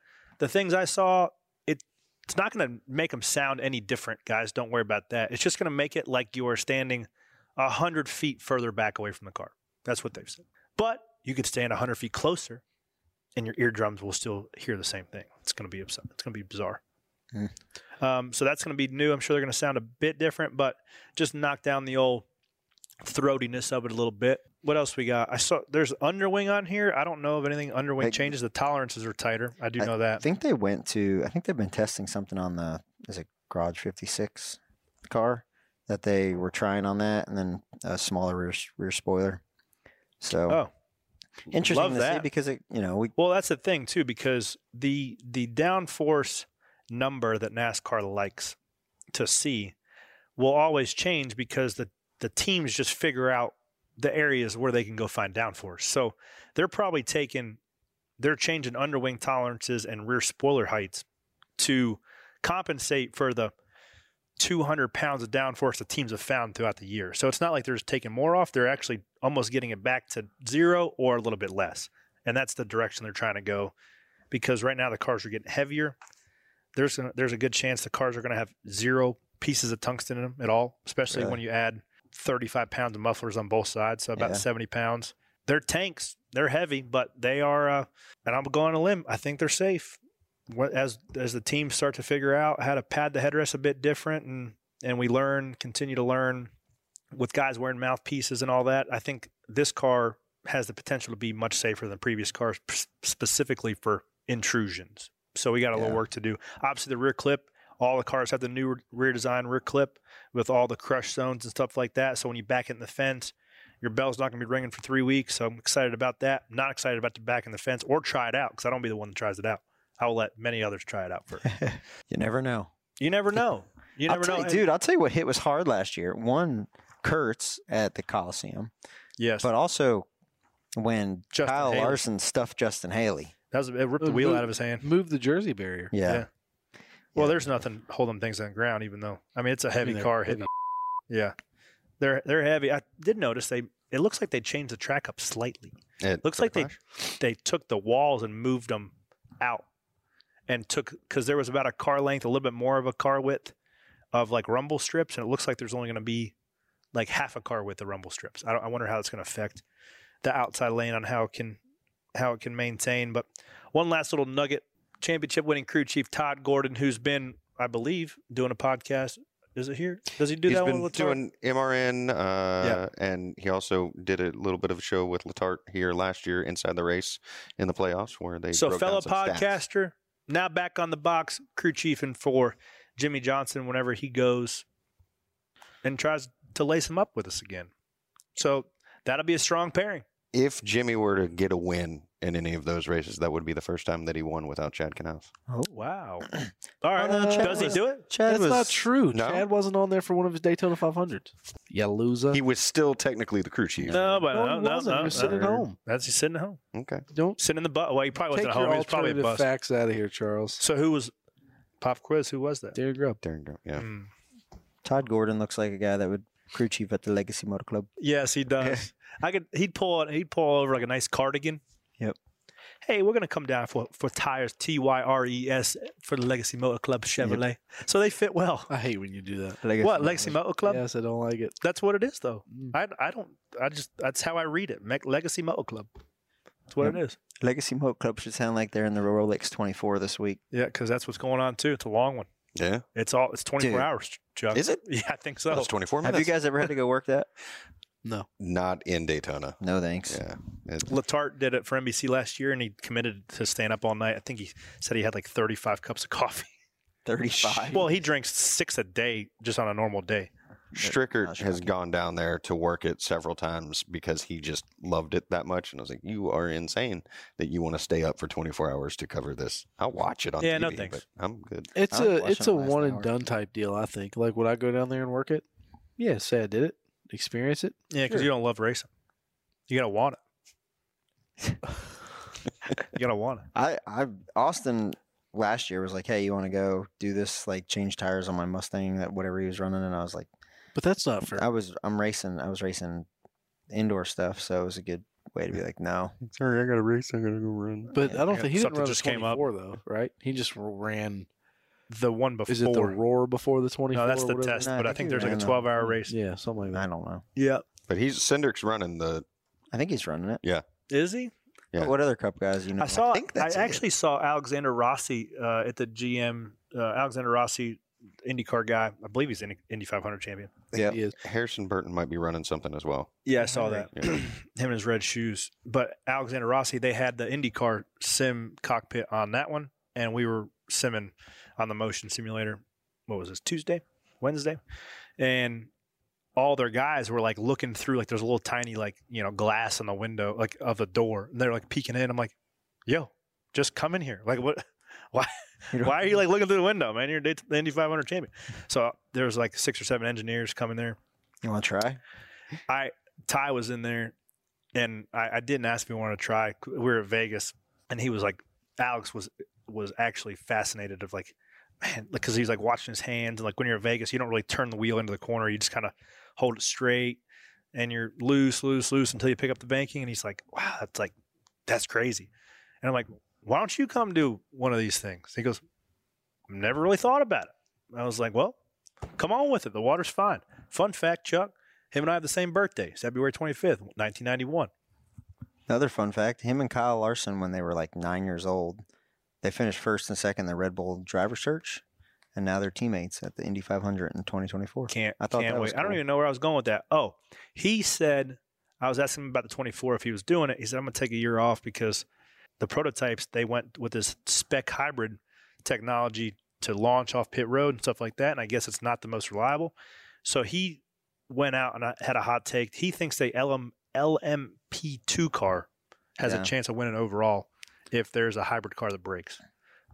Speaker 1: the things I saw, it it's not going to make them sound any different, guys. Don't worry about that. It's just going to make it like you are standing a hundred feet further back away from the car. That's what they've said. But you could stand a hundred feet closer, and your eardrums will still hear the same thing. It's going to be upset. It's going to be bizarre.
Speaker 5: Mm.
Speaker 1: Um, so that's going to be new. I'm sure they're going to sound a bit different, but just knock down the old throatiness of it a little bit. What else we got? I saw there's underwing on here. I don't know if anything underwing
Speaker 5: Like-
Speaker 1: changes. The tolerances are tighter. I do know
Speaker 5: I
Speaker 1: that.
Speaker 5: think they went to. I think they've been testing something on the is it Garage 56 car that they were trying on that, and then a smaller rear rear spoiler. So
Speaker 1: Oh.
Speaker 5: interesting
Speaker 1: Love
Speaker 5: to see
Speaker 1: that.
Speaker 5: because it you know we
Speaker 1: Well, that's the thing too, because the the downforce number that NASCAR likes to see will always change because the the teams just figure out the areas where they can go find downforce. So they're probably taking they're changing underwing tolerances and rear spoiler heights to compensate for the 200 pounds of downforce the teams have found throughout the year. So it's not like they're just taking more off. They're actually almost getting it back to zero or a little bit less. And that's the direction they're trying to go because right now the cars are getting heavier. There's a, there's a good chance the cars are going to have zero pieces of tungsten in them at all, especially
Speaker 5: Really?
Speaker 1: when you add 35 pounds of mufflers on both sides. So about
Speaker 5: Yeah.
Speaker 1: 70 pounds. They're tanks. They're heavy, but they are, uh, and I'm going on a limb. I think they're safe what- as as the teams start to figure out how to pad the headrest a bit different and and we learn continue to learn with guys wearing mouthpieces and all that i think this car has the potential to be much safer than previous cars p- specifically for intrusions so we got a
Speaker 5: Yeah.
Speaker 1: little work to do obviously the rear clip all the cars have the new rear design rear clip with all the crush zones and stuff like that so when you back it in the fence your bell's not going to be ringing for three weeks so i'm excited about that not excited about the back in the fence or try it out because i don't be the one that tries it out I will let many others try it out first.
Speaker 5: you never know.
Speaker 1: You never know. You never
Speaker 5: I'll tell
Speaker 1: know,
Speaker 5: you, dude. I'll tell you what hit was hard last year. One, Kurtz at the Coliseum.
Speaker 1: Yes.
Speaker 5: but also when
Speaker 1: Justin
Speaker 5: Kyle
Speaker 1: Haley.
Speaker 5: Larson stuffed Justin Haley.
Speaker 1: That was it ripped the wheel out of his hand.
Speaker 6: Move the jersey barrier.
Speaker 5: Yeah.
Speaker 1: Well, there's nothing holding things on the ground, even though I mean it's a heavy
Speaker 6: they're
Speaker 1: car hitting. Yeah, they're they're heavy. I did notice they. It looks like they changed the track up slightly.
Speaker 4: It
Speaker 1: Looks like they they took the walls and moved them out, and took because there was about a car length, a little bit more of a car width of like rumble strips, and it looks like there's only going to be like half a car width of rumble strips. I, don't, I wonder how that's going to affect the outside lane on how it can how it can maintain. But one last little nugget: championship winning crew chief Todd Gordon, who's been, I believe, doing a podcast. Is it here? Does he do
Speaker 4: He's
Speaker 1: that
Speaker 4: been
Speaker 1: one with Todd?
Speaker 4: doing MRN, uh, and he also did a little bit of a show with Latart here last year inside the race in the playoffs where they
Speaker 1: So
Speaker 4: broke down
Speaker 1: fellow
Speaker 4: some stats.
Speaker 1: podcaster, now back on the box, crew chief and for Jimmy Johnson whenever he goes and tries to lace him up with us again. So that'll be a strong pairing.
Speaker 4: If Jimmy were to get a win in any of those races, that would be the first time that he won without Chad Knaus.
Speaker 1: Wow. All right.
Speaker 5: Oh, no, Chad
Speaker 1: Does he
Speaker 5: was-
Speaker 1: do it?
Speaker 5: Chad
Speaker 6: That's
Speaker 5: was
Speaker 6: not true.
Speaker 4: No?
Speaker 6: Chad wasn't on there for one of his Daytona 500s. Yeah, loser.
Speaker 4: He was still technically the crew chief.
Speaker 1: No, but
Speaker 6: No,
Speaker 1: no,
Speaker 6: he
Speaker 1: no, no, uh,
Speaker 6: wasn't. He was sitting at home.
Speaker 1: That's he's sitting at home.
Speaker 4: Okay.
Speaker 6: Don't
Speaker 1: Sitting in the bus. Well, he probably
Speaker 6: take
Speaker 1: wasn't at home.
Speaker 6: your
Speaker 1: He was probably at
Speaker 6: alternative
Speaker 1: bus.
Speaker 6: facts out of here, Charles.
Speaker 1: So who was pop quiz? Who was that?
Speaker 6: There you go.
Speaker 4: Darren Gro- Yeah.
Speaker 1: Hmm.
Speaker 5: Todd Gordon looks like a guy that would crew chief at the Legacy Motor Club.
Speaker 1: Yes, he does. I could. He'd pull. out- He'd pull over like a nice cardigan.
Speaker 5: Yep.
Speaker 1: Hey, we're gonna come down for for tires T Y R E S for the Legacy Motor Club Chevrolet. So they fit well.
Speaker 6: I hate when you do that.
Speaker 5: Legacy
Speaker 1: What Legacy Motor Club?
Speaker 6: Yes, I don't like it.
Speaker 1: That's what it is, though.
Speaker 6: Mm.
Speaker 1: I I don't. I just that's how I read it. Mec- Legacy Motor Club. That's what it is.
Speaker 5: Legacy Motor Club should sound like they're in the Rolex 24 this week.
Speaker 1: Yeah, because that's what's going on too. It's a long one.
Speaker 4: Yeah.
Speaker 1: It's all. It's twenty four
Speaker 4: Dude.
Speaker 1: hours. Chuck.
Speaker 4: Is it?
Speaker 1: Yeah, I think so.
Speaker 4: That was 24
Speaker 5: Have
Speaker 4: minutes.
Speaker 5: you guys ever had to go work that?
Speaker 4: Not in Daytona.
Speaker 5: No, thanks.
Speaker 4: Yeah. It-
Speaker 1: Latart did it for NBC last year, and he committed to staying up all night. I think he said he had like thirty five cups of coffee.
Speaker 5: 35.
Speaker 1: Well, he drinks six a day just on a normal day.
Speaker 5: Not
Speaker 4: Strickert has
Speaker 5: shocking.
Speaker 4: gone down there to work it several times because he just loved it that much. And I was like, you are insane that you want to stay up for 24 hours to cover this. I'll watch it on
Speaker 1: Yeah,
Speaker 4: TV,
Speaker 1: no thanks.
Speaker 4: but I'm good.
Speaker 6: It's
Speaker 5: I like
Speaker 6: a
Speaker 5: watching
Speaker 6: it's a
Speaker 5: the last
Speaker 6: one and
Speaker 5: hour.
Speaker 6: done type deal. I think. Like, would I go down there and work it? Yeah, say I did it, experience it.
Speaker 1: Yeah, because
Speaker 6: Sure.
Speaker 1: you don't love racing. You gotta want it. you gotta want it.
Speaker 5: I, I Austin last year was like, hey, you want to go do this, like change tires on my Mustang, that whatever he was running, and I was like,
Speaker 6: But that's not fair.
Speaker 5: I was I'm racing. I was racing indoor stuff, so it was a good way to be like, no.
Speaker 4: Sorry, I got a race. I gotta go run.
Speaker 6: But I don't think he didn't run just came up though, right? He just ran
Speaker 1: the one before.
Speaker 6: Is it the roar before the twenty?
Speaker 1: No, that's the test.
Speaker 5: No, I
Speaker 1: but I
Speaker 5: think
Speaker 1: think
Speaker 5: he
Speaker 1: there's like a
Speaker 5: ran the-
Speaker 1: 12 hour race.
Speaker 6: Yeah, something like
Speaker 5: I
Speaker 6: that.
Speaker 5: don't know.
Speaker 1: Yeah.
Speaker 4: But he's Cindric's running the.
Speaker 5: I think he's running it.
Speaker 4: Yeah.
Speaker 1: Is he?
Speaker 4: Yeah.
Speaker 5: What other cup guys? You know,
Speaker 1: I saw. I,
Speaker 5: think that's it.
Speaker 1: actually saw Alexander Rossi uh, at the GM. Uh, Alexander Rossi, IndyCar guy. I believe he's Indy, Indy 500 champion.
Speaker 4: Yeah.
Speaker 6: He is.
Speaker 4: Harrison Burton might be running something as well.
Speaker 1: Yeah, I saw that.
Speaker 4: Yeah.
Speaker 1: Him and his red shoes. But Alexander Rossi, they had the IndyCar sim cockpit on that one, and we were simming on the motion simulator. What was this Tuesday, Wednesday, and all their guys were like looking through like there's a little tiny like you know glass on the window like of the door, and they're like peeking in. I'm like, yo, just come in here. Like what? Why?
Speaker 5: You don't-
Speaker 1: Why are you like looking through the window, man? You're the Indy 500 champion. So there was like six or seven engineers coming there.
Speaker 5: You want to try?
Speaker 1: I Ty was in there, and I, I didn't ask if he wanted to try. We were at Vegas, and he was like, Alex was was actually fascinated of like, man, because he's like watching his hands. And like when you're at Vegas, you don't really turn the wheel into the corner. You just kind of hold it straight, and you're loose, loose, loose until you pick up the banking. And he's like, wow, that's like that's crazy. And I'm like, why don't you come do one of these things? He goes, never really thought about it. I was like, well, come on with it. The water's fine. Fun fact, Chuck. Him and I have the same birthday, February 25th, 1991.
Speaker 5: Another fun fact: him and Kyle Larson, when they were like nine years old, they finished first and second in the Red Bull Driver Search, and now they're teammates at the Indy 500 in 2024.
Speaker 1: Can't,
Speaker 5: I thought
Speaker 1: can't
Speaker 5: that
Speaker 1: wait.
Speaker 5: was
Speaker 1: I don't
Speaker 5: cool.
Speaker 1: even know where I was going with that. Oh, he said, I was asking him about the 24 if he was doing it. He said, I'm going to take a year off because the prototypes, they went with this spec hybrid technology to launch off pit road and stuff like that. And I guess it's not the most reliable. So he went out and I had a hot take. He thinks the LM, LMP2 car has
Speaker 5: Yeah.
Speaker 1: a chance of winning overall if there's a hybrid car that breaks.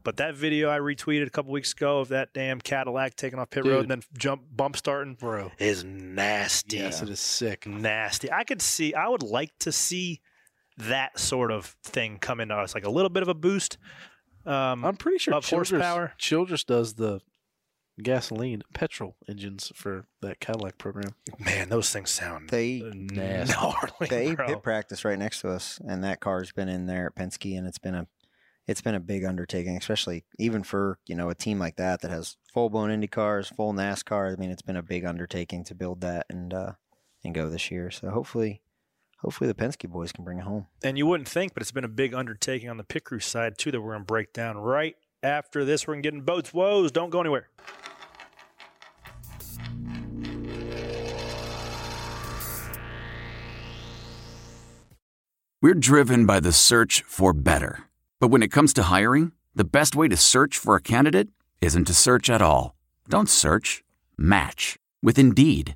Speaker 1: But that video I retweeted a couple weeks ago of that damn Cadillac taking off pit road and
Speaker 6: Dude.
Speaker 1: then jump bump starting
Speaker 6: Bro.
Speaker 1: is nasty.
Speaker 6: Yes, it is sick.
Speaker 1: Nasty. I could see. I would like to see that sort of thing come into us, like a little bit of a boost. Um,
Speaker 6: I'm pretty sure
Speaker 1: Of
Speaker 6: Childress,
Speaker 1: horsepower.
Speaker 6: Childress does the gasoline petrol engines for that Cadillac program.
Speaker 1: man, those things sound
Speaker 5: They
Speaker 6: Nasty.
Speaker 1: gnarly,
Speaker 5: they
Speaker 1: bro.
Speaker 5: pit practice right next to us, and that car's been in there at Penske, and it's been a it's been a big undertaking, especially even for you know a team like that that has full blown Indy cars, full NASCAR. I mean, it's been a big undertaking to build that and uh and go this year. So hopefully, hopefully the Penske boys can bring it home.
Speaker 1: And you wouldn't think, but it's been a big undertaking on the pit crew side too that we're going to break down right after this. We're going to get in boats. Woes, don't go anywhere.
Speaker 10: We're driven by the search for better. But when it comes to hiring, the best way to search for a candidate isn't to search at all. Don't search, match with Indeed.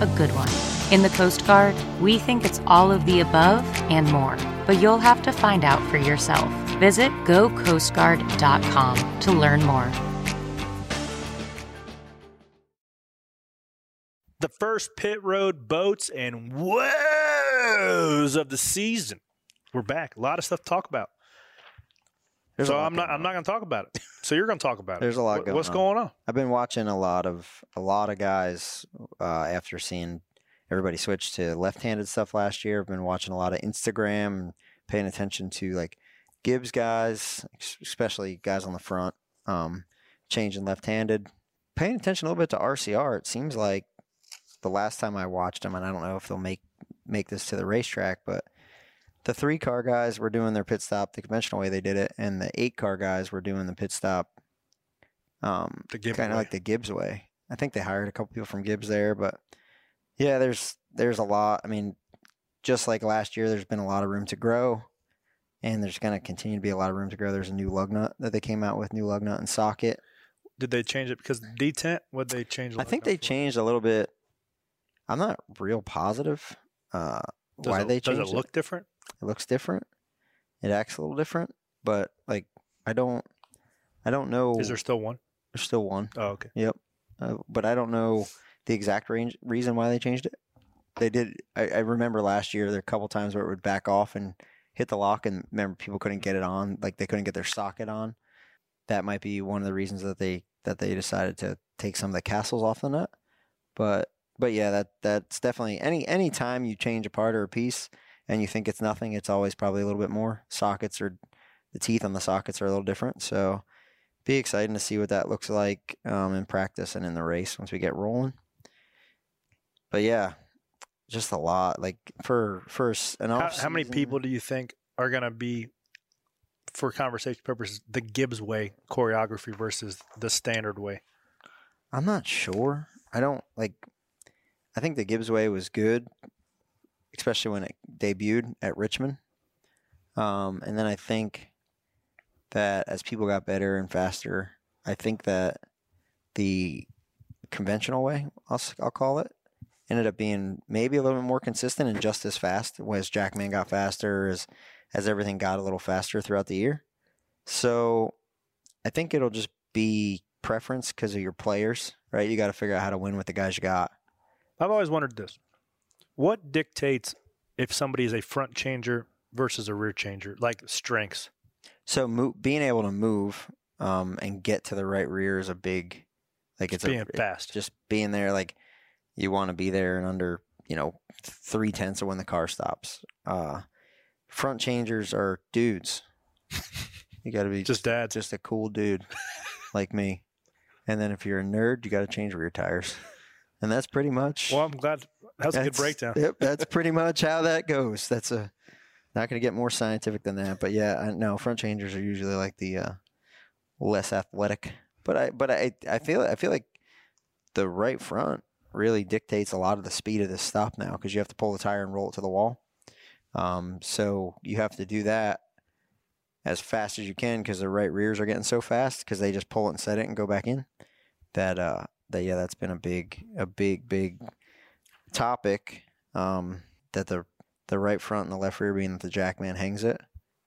Speaker 11: a good one? In the Coast Guard, we think it's all of the above and more, but you'll have to find out for yourself. Visit gocoastguard.com to learn more.
Speaker 1: the first pit road boats and woes of the season. We're back. A lot of stuff to talk about.
Speaker 5: There's a
Speaker 1: so
Speaker 5: lot
Speaker 1: I'm not. I'm not going to talk about it. So you're going to talk about it.
Speaker 5: There's a lot
Speaker 1: Wh-
Speaker 5: going
Speaker 1: What's
Speaker 5: on.
Speaker 1: going on?
Speaker 5: I've been watching a lot of a lot of guys uh, after seeing everybody switch to left-handed stuff last year. I've been watching a lot of Instagram, and paying attention to like Gibbs guys, ex- especially guys on the front, um, changing left-handed. Paying attention a little bit to RCR. It seems like the last time I watched them, and I don't know if they'll make make this to the racetrack, but the three car guys were doing their pit stop the conventional way they did it, and the eight car guys were doing the pit stop, um, kind of like the Gibbs way. I think they hired a couple people from Gibbs there, but yeah, there's there's a lot. I mean, just like last year, there's been a lot of room to grow, and there's going to continue to be a lot of room to grow. There's a new lug nut that they came out with, new lug nut and socket.
Speaker 1: Did they change it because detent? What they change?
Speaker 5: I think they changed a little bit. I'm not real positive. Uh,
Speaker 1: Does
Speaker 5: why
Speaker 1: it-
Speaker 5: they
Speaker 1: does it
Speaker 5: changed
Speaker 1: look different?
Speaker 5: It looks different. It acts a little different, but like I don't, I don't know.
Speaker 1: Is there still one?
Speaker 5: There's still one.
Speaker 1: Oh, okay.
Speaker 5: Yep. Uh, but I don't know the exact range reason why they changed it. They did. I, I remember last year there were a couple times where it would back off and hit the lock, and remember people couldn't get it on, like they couldn't get their socket on. That might be one of the reasons that they that they decided to take some of the castles off the nut. But but yeah, that that's definitely any any time you change a part or a piece and you think it's nothing, it's always probably a little bit more. Sockets are the teeth on the sockets are a little different, so be exciting to see what that looks like um, in practice and in the race once we get rolling. But yeah, just a lot like for first and
Speaker 1: How, how many people do you think are going to be, for conversation purposes, the Gibbs way choreography versus the standard way?
Speaker 5: I'm not sure. I don't like. I think the Gibbs way was good, especially when it debuted at Richmond. Um, and then I think that as people got better and faster, I think that the conventional way, I'll, s- I'll call it, ended up being maybe a little bit more consistent and just as fast as Jackman got faster, as, as everything got a little faster throughout the year. So I think it'll just be preference because of your players, right? You got to figure out how to win with the guys you got.
Speaker 1: I've always wondered this. What dictates if somebody is a front changer versus a rear changer, like strengths?
Speaker 5: So mo- being able to move um, and get to the right rear is a big, like it's,
Speaker 1: Just being
Speaker 5: a,
Speaker 1: fast.
Speaker 5: Just being there, like you want to be there in under you know three tenths of when the car stops. Uh, front changers are dudes. You got to be just
Speaker 1: dad,
Speaker 5: just a cool dude like me. And then if you're a nerd, you got to change rear tires. And that's pretty much.
Speaker 1: Well, I'm glad that's, a good
Speaker 5: That's-
Speaker 1: breakdown.
Speaker 5: Yep, that's pretty much how that goes. That's a not going to get more scientific than that, but yeah, I, no, front changers are usually like the uh, less athletic. But I, but I, I feel, I feel like the right front really dictates a lot of the speed of this stop now because you have to pull the tire and roll it to the wall. Um, so you have to do that as fast as you can because the right rears are getting so fast because they just pull it and set it and go back in. That uh, that yeah, that's been a big, a big, big topic um, that the the right front and the left rear being that the jackman hangs it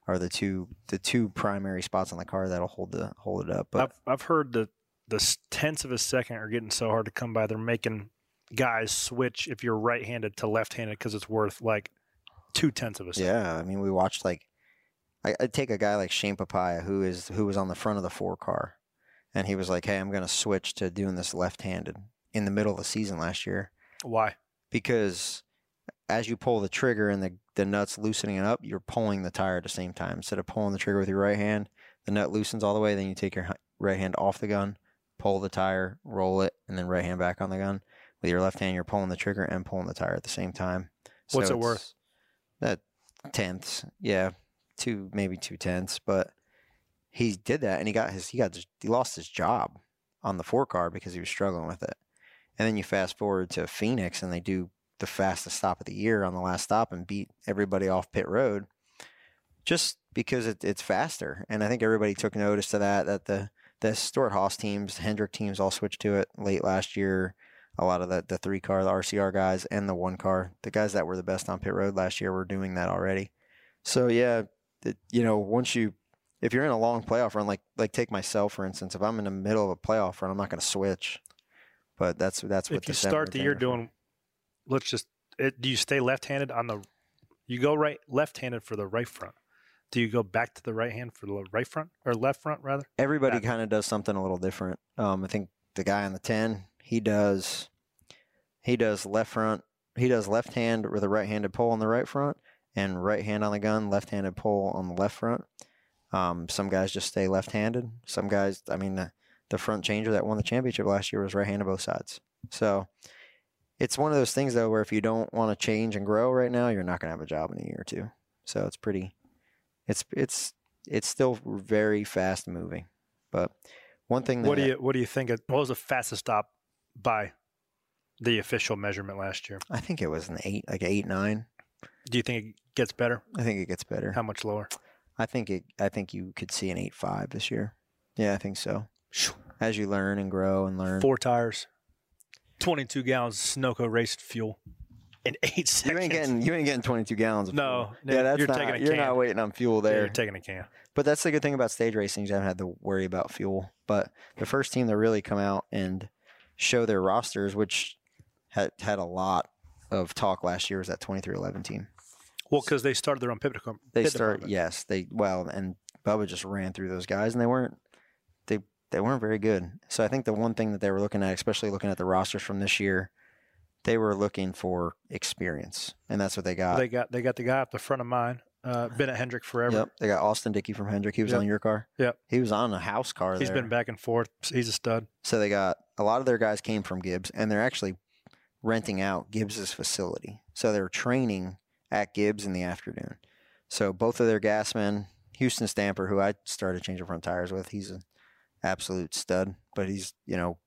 Speaker 5: are the two the two primary spots on the car that'll hold the hold it up. But
Speaker 1: I've, I've heard that the s- tenths of a second are getting so hard to come by. They're making guys switch if you're right handed to left handed because it's worth like two tenths of a second.
Speaker 5: yeah, I mean we watched like I, I take a guy like Shane Papaya who is who was on the front of the four car, and he was like, hey, I'm going to switch to doing this left handed in the middle of the season last year.
Speaker 1: Why?
Speaker 5: because as you pull the trigger and the, the nut's loosening up, you're pulling the tire at the same time. Instead of pulling the trigger with your right hand, the nut loosens all the way, then you take your h- right hand off the gun, pull the tire, roll it, and then right hand back on the gun. With your left hand, you're pulling the trigger and pulling the tire at the same time.
Speaker 1: What's it
Speaker 5: it's-
Speaker 1: worth?
Speaker 5: That tenths, yeah, two maybe two tenths, but he did that and he got his he got he lost his job on the four car because he was struggling with it. And then you fast forward to Phoenix and they do the fastest stop of the year on the last stop and beat everybody off pit road just because it, it's faster. And I think everybody took notice to that, that the, the Stuart Haas teams, Hendrick teams all switched to it late last year. A lot of the, the three car, the RCR guys, and the one car, the guys that were the best on pit road last year were doing that already. So, yeah, it, you know, once you, if you're in a long playoff run, like like take myself for instance, if I'm in the middle of a playoff run, I'm not going to switch. But that's that's what
Speaker 1: If you start the year doing, let's just, it, do you stay left handed on the, you go right, left handed for the right front? Do you go back to the right hand for the right front or left front rather?
Speaker 5: everybody kind of does something a little different. Um, I think the guy on the ten, he does, he does left front, he does left hand with a right-handed pull on the right front, and right hand on the gun, left-handed pull on the left front. Um, some guys just stay left-handed. Some guys, I mean, the, the front changer that won the championship last year was right-handed both sides. So it's one of those things though, where if you don't want to change and grow right now, you're not going to have a job in a year or two. So it's pretty. It's it's it's still very fast moving, but one thing. That
Speaker 1: what do you What do you think? Of, what was the fastest stop by the official measurement last year?
Speaker 5: I think it was an eight, like eight nine.
Speaker 1: Do you think it gets better?
Speaker 5: I think it gets better.
Speaker 1: How much lower?
Speaker 5: I think it. I think you could see an eight five this year. Yeah, I think so. As you learn and grow and learn.
Speaker 1: Four tires, twenty two gallons of Snowco race fuel. In eight seconds.
Speaker 5: You ain't getting you ain't getting twenty two gallons. Of
Speaker 1: no,
Speaker 5: fuel. yeah, that's
Speaker 1: you're
Speaker 5: not,
Speaker 1: taking a
Speaker 5: you're
Speaker 1: can.
Speaker 5: not waiting on fuel there.
Speaker 1: Yeah, you're taking a can.
Speaker 5: But that's the good thing about stage racing. You don't have to worry about fuel. But the first team to really come out and show their rosters, which had had a lot of talk last year, was that twenty three eleven team.
Speaker 1: Well, because they started their own pit department.
Speaker 5: They
Speaker 1: pit
Speaker 5: start
Speaker 1: department.
Speaker 5: yes, they well, and Bubba just ran through those guys, and they weren't they they weren't very good. So I think the one thing that they were looking at, especially looking at the rosters from this year, they were looking for experience, and that's what they got.
Speaker 1: They got they got the guy up the front of mine, uh, Bennett Hendrick forever.
Speaker 5: Yep, they got Austin Dickey from Hendrick. He was
Speaker 1: Yep.
Speaker 5: on your car.
Speaker 1: Yep.
Speaker 5: He was on a house car.
Speaker 1: He's
Speaker 5: there.
Speaker 1: been back and forth. He's a stud.
Speaker 5: So they got a lot of their guys came from Gibbs, and they're actually renting out Gibbs's facility. So they're training at Gibbs in the afternoon. So both of their gasmen, Houston Stamper, who I started changing front tires with, he's an absolute stud, but he's you know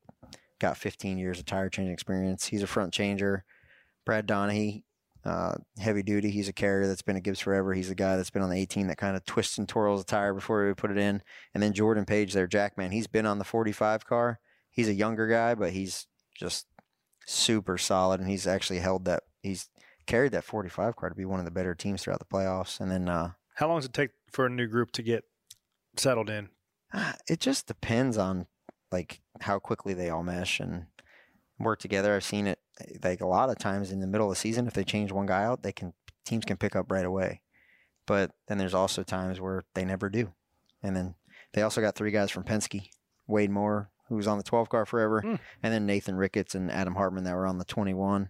Speaker 5: got 15 years of tire changing experience. He's a front changer. Brad Donahue, uh, heavy duty. He's a carrier that's been at Gibbs forever. He's the guy that's been on the 18 that kind of twists and twirls the tire before we put it in. And then Jordan Page, their jackman, he's been on the 45 car. He's a younger guy, but he's just super solid. And he's actually held that, he's carried that 45 car to be one of the better teams throughout the playoffs. And then uh,
Speaker 1: How long does it take for a new group to get settled in?
Speaker 5: ah, it just depends on like how quickly they all mesh and work together. I've seen it like a lot of times in the middle of the season. If they change one guy out, they can teams can pick up right away. But then there's also times where they never do. And then they also got three guys from Penske: Wade Moore, who was on the 12 car forever, and then Nathan Ricketts and Adam Hartman that were on the 21,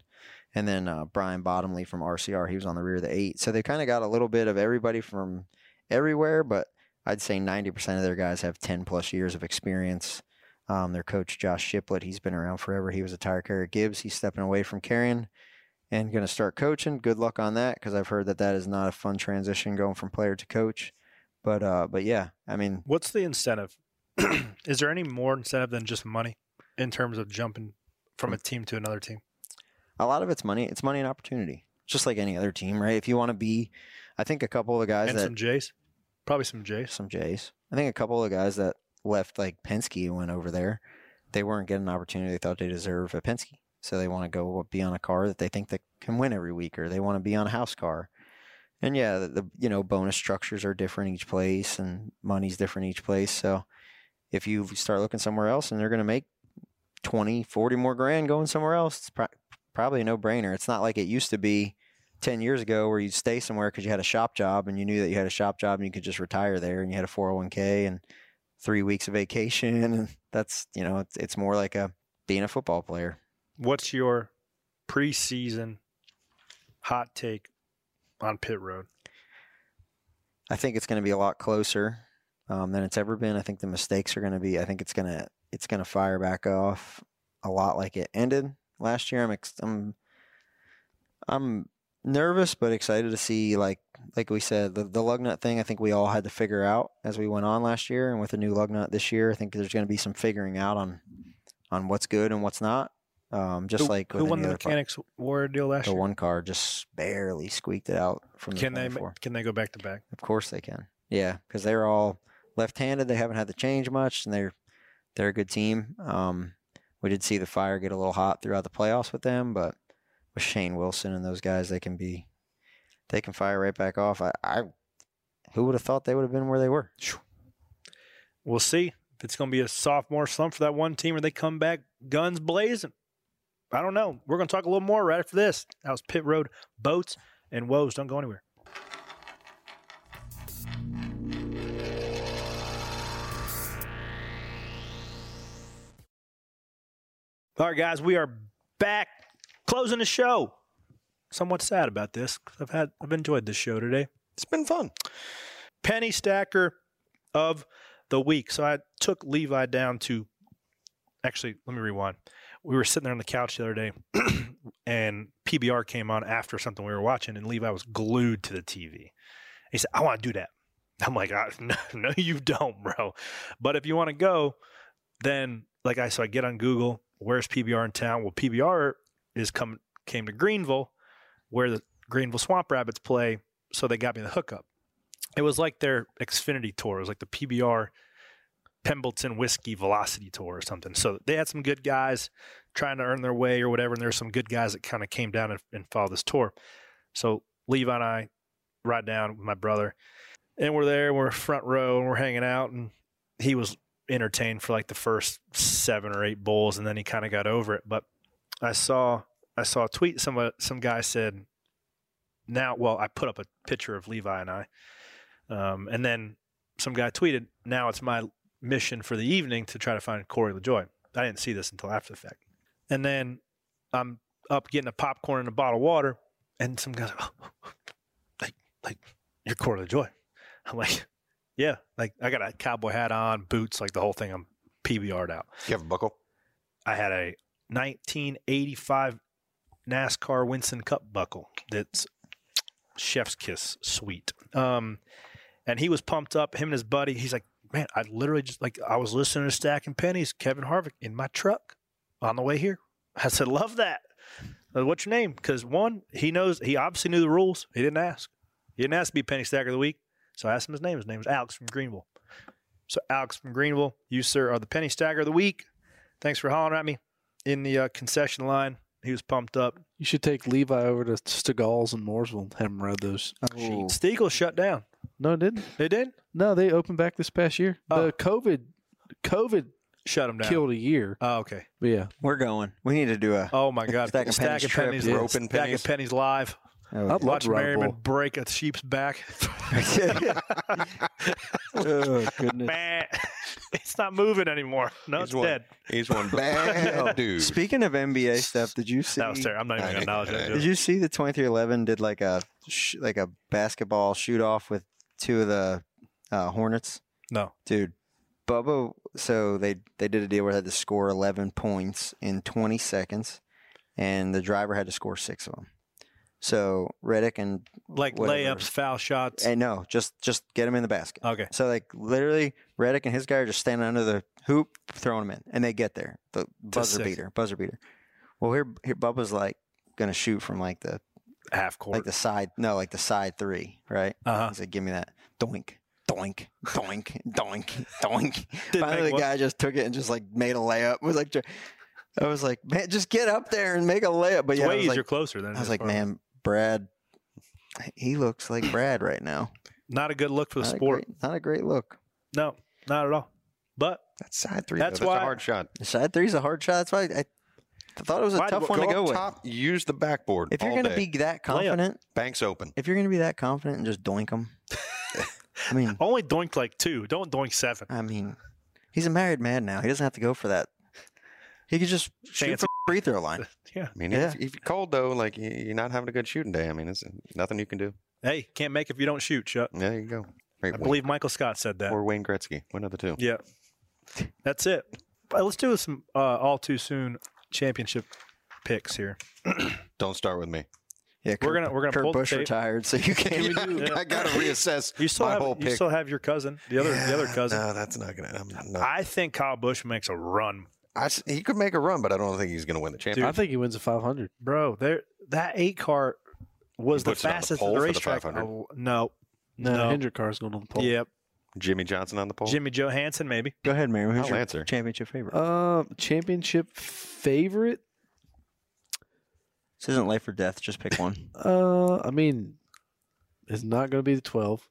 Speaker 5: and then uh, Brian Bottomley from RCR. He was on the rear of the eight. So they kind of got a little bit of everybody from everywhere, but I'd say 90% of their guys have 10 plus years of experience. Um, their coach, Josh Shiplett, he's been around forever. He was a tire carrier at Gibbs. He's stepping away from carrying and going to start coaching. Good luck on that because I've heard that that is not a fun transition going from player to coach. But uh, but yeah, I mean,
Speaker 1: What's the incentive? Is there any more incentive than just money in terms of jumping from a team to another team?
Speaker 5: a lot of it's money. It's money and opportunity, just like any other team, right? If you want to be, I think a couple of the guys
Speaker 1: and
Speaker 5: that
Speaker 1: some J's? Probably some J's.
Speaker 5: some Jays. I think a couple of the guys that left like Penske and went over there, they weren't getting an opportunity they thought they deserve at Penske. So they want to go be on a car that they think that can win every week, or they want to be on a house car. And yeah, the, the you know bonus structures are different each place, and money's different each place. So if you start looking somewhere else, and they're going to make 20, 40 more grand going somewhere else, it's pro- probably a no brainer. It's not like it used to be 10 years ago where you'd stay somewhere because you had a shop job and you knew that you had a shop job and you could just retire there and you had a 401k and three weeks of vacation. And that's, you know, it's, it's more like a being a football player.
Speaker 1: What's your preseason hot take on pit road?
Speaker 5: I think it's going to be a lot closer um, than it's ever been. I think the mistakes are going to be. I think it's going to it's going to fire back off a lot like it ended last year. I'm ex- I'm I'm nervous but excited to see like like we said the, the lug nut thing. I think we all had to figure out as we went on last year, and with a new lug nut this year, I think there's going to be some figuring out on on what's good and what's not. Um, just
Speaker 1: who,
Speaker 5: like
Speaker 1: who
Speaker 5: with
Speaker 1: won
Speaker 5: any
Speaker 1: the
Speaker 5: other part.
Speaker 1: mechanics warrior deal last
Speaker 5: the
Speaker 1: year?
Speaker 5: one car just barely squeaked it out from the
Speaker 1: Can they ma-
Speaker 5: 24.
Speaker 1: can they go back to back?
Speaker 5: Of course they can. Yeah, because they're all left-handed. They haven't had to change much, and they're they're a good team. Um, we did see the fire get a little hot throughout the playoffs with them, but with Shane Wilson and those guys, they can be they can fire right back off. I, I who would have thought they would have been where they were?
Speaker 1: We'll see if it's going to be a sophomore slump for that one team or they come back guns blazing. I don't know. We're going to talk a little more right after this. That was pit road boats and woes. Don't go anywhere. All right, guys, we are back closing the show. Somewhat sad about this 'cause I've had I've enjoyed this show today.
Speaker 4: It's been fun.
Speaker 1: Penny stacker of the week. So I took Levi down to actually, let me rewind. We were sitting there on the couch the other day and PBR came on after something we were watching and Levi was glued to the TV. He said, I want to do that. I'm like, "I- no, no, you don't, bro. But if you want to go, then like I so I get on Google, where's PBR in town? Well, PBR is come came to Greenville, where the Greenville Swamp Rabbits play. So they got me the hookup. It was like their Xfinity tour. It was like the PBR Pembleton Whiskey Velocity Tour or something. So they had some good guys trying to earn their way or whatever. And there's some good guys that kind of came down and, and followed this tour. So Levi and I ride down with my brother, and we're there. We're front row and we're hanging out. And he was entertained for like the first seven or eight bowls, and then he kind of got over it. But I saw I saw a tweet. Some uh, some guy said, "Now, well, I put up a picture of Levi and I, um, and then some guy tweeted, "Now it's my mission for the evening to try to find Corey LaJoy." I didn't see this until after the fact, and then I'm up getting a popcorn and a bottle of water, and some guy's like, "Oh, like, like you're Corey LaJoy." I'm like, "Yeah, like I got a cowboy hat on, boots, like the whole thing. I'm PBR'd out."
Speaker 4: You have a buckle?
Speaker 1: I had a 1985 NASCAR Winston Cup buckle that's chef's kiss sweet. Um, and he was pumped up. Him and his buddy. He's like, man, I literally just like I was listening to Stacking Pennies, Kevin Harvick in my truck on the way here. I said, love that. I said, What's your name? Because one, he knows he obviously knew the rules. He didn't ask. He didn't ask to be Penny Stacker of the week. So I asked him his name. His name was Alex from Greenville. So Alex from Greenville, you sir are the Penny Stacker of the week. Thanks for hollering at me in the uh, concession line. He was pumped up.
Speaker 6: You should take Levi over to Stegall's and Mooresville and have him read those.
Speaker 5: Oh,
Speaker 1: Sheets. Stegall shut down.
Speaker 6: No, it didn't.
Speaker 1: It did?
Speaker 6: No, they opened back this past year.
Speaker 1: Oh.
Speaker 6: The COVID, COVID
Speaker 1: shut him down.
Speaker 6: killed a year.
Speaker 1: Oh, okay.
Speaker 6: But yeah,
Speaker 5: We're going. We need to do a.
Speaker 1: Oh my God!
Speaker 5: Stack of pennies trip, yeah.
Speaker 1: stack
Speaker 5: Roping
Speaker 1: of
Speaker 5: pennies.
Speaker 1: pennies live.
Speaker 5: Oh, yeah.
Speaker 6: I'd love
Speaker 1: Watch
Speaker 6: to ride a
Speaker 1: Merriman
Speaker 6: bull.
Speaker 1: break a sheep's back.
Speaker 5: oh goodness.
Speaker 1: Bah. it's not moving anymore. No,
Speaker 4: He's
Speaker 1: it's
Speaker 4: one,
Speaker 1: dead.
Speaker 4: He's one bad dude.
Speaker 5: Speaking of NBA stuff, did you see?
Speaker 1: That was terrible. I'm not even gonna acknowledge that.
Speaker 5: Did you see the 2311 did like a sh- like a basketball shoot off with two of the uh, Hornets?
Speaker 1: No.
Speaker 5: Dude, Bubba so they they did a deal where they had to score 11 points in 20 seconds and the driver had to score 6 of them. So Reddick and
Speaker 1: Like
Speaker 5: whatever-
Speaker 1: layups, foul shots.
Speaker 5: and no, just just get him in the basket.
Speaker 1: Okay.
Speaker 5: So like literally, Reddick and his guy are just standing under the hoop, throwing him in, and they get there. The buzzer
Speaker 1: six.
Speaker 5: beater, buzzer beater. Well, here, here Bubba's like gonna shoot from like the
Speaker 1: Half court.
Speaker 5: like the side, no, like the side three, right?
Speaker 1: Uh-huh.
Speaker 5: He's like, give me that, doink, doink, doink, doink, doink.
Speaker 1: Didn't
Speaker 5: Finally,
Speaker 1: make
Speaker 5: the
Speaker 1: one.
Speaker 5: guy just took it and just like made a layup. Was like, I was like, man, just get up there and make a layup. But
Speaker 1: It's
Speaker 5: yeah, I
Speaker 1: way
Speaker 5: was
Speaker 1: easier
Speaker 5: like,
Speaker 1: closer than it
Speaker 5: I was
Speaker 1: is
Speaker 5: like,
Speaker 1: far.
Speaker 5: man, Brad, he looks like Brad right now.
Speaker 1: not a good look for the
Speaker 5: Not a
Speaker 1: sport.
Speaker 5: great- not a great look.
Speaker 1: No, not at all. But
Speaker 4: That's side three.
Speaker 1: That's
Speaker 4: That's, though. That's
Speaker 1: why-
Speaker 4: a hard shot.
Speaker 5: Side three's a hard shot. That's why I, I thought it was a
Speaker 1: Why-
Speaker 5: tough one
Speaker 4: go
Speaker 5: to go
Speaker 4: up
Speaker 5: with.
Speaker 4: top, use the backboard.
Speaker 5: If you're
Speaker 4: all
Speaker 5: gonna
Speaker 4: day.
Speaker 5: be that confident,
Speaker 4: banks open,
Speaker 5: if you're gonna be that confident and just doink him, I mean,
Speaker 1: only doink like two. Don't doink seven.
Speaker 5: I mean, he's a married man now. He doesn't have to go for that. He could just shoot
Speaker 1: Chance.
Speaker 5: from the free throw line.
Speaker 1: Yeah.
Speaker 4: I mean,
Speaker 5: Yeah.
Speaker 4: if, if you're cold though, like you- you're not having a good shooting day. I mean, it's nothing you can do.
Speaker 1: Hey, can't make if you don't shoot, Chuck.
Speaker 4: There you go.
Speaker 1: I
Speaker 4: Right, Wayne-
Speaker 1: believe Michael Scott said that.
Speaker 4: or Wayne Gretzky, one of the two.
Speaker 1: Yeah. That's it. But let's do some uh, all too soon championship picks here.
Speaker 4: Don't start with me.
Speaker 5: Yeah,
Speaker 1: We're
Speaker 5: Kurt-
Speaker 1: gonna- we're gonna
Speaker 5: Kurt
Speaker 1: pull the
Speaker 5: Bush
Speaker 1: tape.
Speaker 5: retired, so you can't.
Speaker 1: we do-
Speaker 4: I gotta reassess
Speaker 1: You still
Speaker 4: my
Speaker 1: have
Speaker 4: whole
Speaker 1: you
Speaker 4: pick.
Speaker 1: still have your cousin, the other the other
Speaker 4: Yeah,
Speaker 1: cousin.
Speaker 4: No, that's not gonna. I'm not,
Speaker 1: I think Kyle Bush makes a run,
Speaker 4: I s- he could make a run, but I don't think he's gonna win the
Speaker 6: I
Speaker 4: championship.
Speaker 6: think he wins a 500.
Speaker 1: bro. There that eight car was
Speaker 4: He
Speaker 1: the
Speaker 4: puts it on the
Speaker 1: fastest
Speaker 4: pole
Speaker 1: at the
Speaker 4: for the
Speaker 1: racetrack.
Speaker 4: 500.
Speaker 1: Oh, no,
Speaker 6: No,
Speaker 1: No.
Speaker 6: Hendrick car's going on the pole.
Speaker 1: yep,
Speaker 4: Jimmy Johnson on the pole.
Speaker 1: Jimmy Johansson maybe.
Speaker 5: Go ahead, Mary. Who's
Speaker 4: I'll
Speaker 5: your
Speaker 4: answer.
Speaker 5: championship favorite? Oh,
Speaker 6: Um, championship favorite.
Speaker 5: this isn't life or death. Just pick one.
Speaker 6: Uh, I mean, it's not going to be the 12.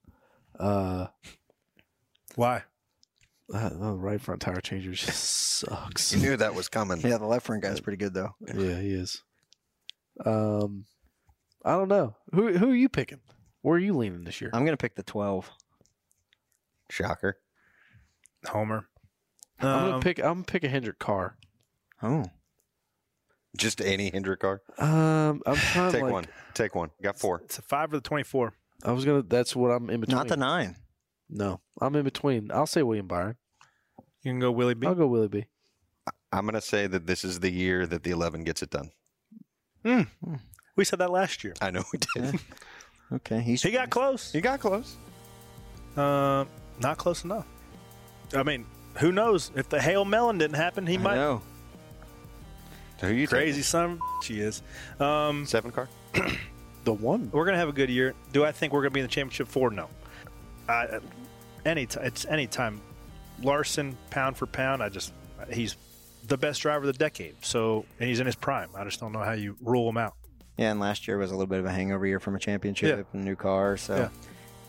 Speaker 6: Uh,
Speaker 1: Why?
Speaker 6: uh, the right front tire changer just sucks.
Speaker 4: You knew that was coming.
Speaker 5: yeah, the left front guy's pretty good though.
Speaker 6: yeah, he is. Um, I don't know. Who who are you picking? Where are you leaning this year?
Speaker 5: I'm gonna pick the twelve.
Speaker 4: Shocker.
Speaker 1: Homer.
Speaker 6: I'm
Speaker 1: Um,
Speaker 6: gonna pick. I'm gonna pick a Hendrick car.
Speaker 5: Oh,
Speaker 4: Just any Hendrick car.
Speaker 6: Um, I'm trying.
Speaker 4: Take
Speaker 6: like,
Speaker 4: one. Take one. Got four.
Speaker 1: It's a five or the twenty-four.
Speaker 6: I was gonna. That's what I'm in between.
Speaker 5: not the nine.
Speaker 6: No, I'm in between. I'll say William Byron.
Speaker 1: You can go Willie B.
Speaker 6: I'll go Willie B.
Speaker 4: I'm gonna say that this is the year that the 11 gets it done.
Speaker 1: We said that last year.
Speaker 4: I know we did.
Speaker 5: Okay, he's
Speaker 1: he got close.
Speaker 4: He got close.
Speaker 1: Uh, not close enough. I mean, who knows? If the hail melon didn't happen, he
Speaker 5: I
Speaker 1: might.
Speaker 5: know.
Speaker 4: So who you
Speaker 1: Crazy
Speaker 4: taking?
Speaker 1: son, of a she is. Um,
Speaker 4: Seven car.
Speaker 6: the one.
Speaker 1: We're gonna have a good year. Do I think we're gonna be in the championship four? No. I, any t- it's any time. Larson, pound for pound, I just he's the best driver of the decade. So and he's in his prime. I just don't know how you rule him out.
Speaker 5: Yeah, and last year was a little bit of a hangover year from a championship and a new car. So,
Speaker 1: Yeah.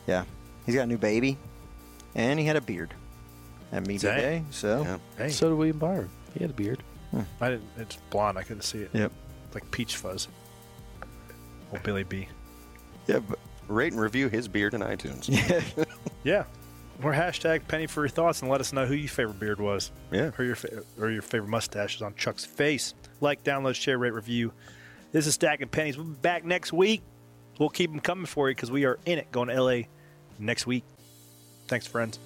Speaker 5: yeah. He's got a new baby and he had a beard at media
Speaker 1: Dang.
Speaker 5: day. So,
Speaker 1: Hey,
Speaker 6: So did William Byron. He had a beard.
Speaker 1: I didn't. It's blonde. I couldn't see it.
Speaker 5: Yep.
Speaker 1: Like peach fuzz. Old Billy B.
Speaker 4: Yeah, but rate and review his beard in iTunes.
Speaker 1: Yeah. More hashtag Penny for your thoughts and let us know who your favorite beard was.
Speaker 4: Yeah.
Speaker 1: Or your fa- or your favorite mustache is on Chuck's face. Like, download, share, rate, review. This is Stacking Pennies. We'll be back next week. We'll keep them coming for you because we are in it going to LA next week. Thanks, friends.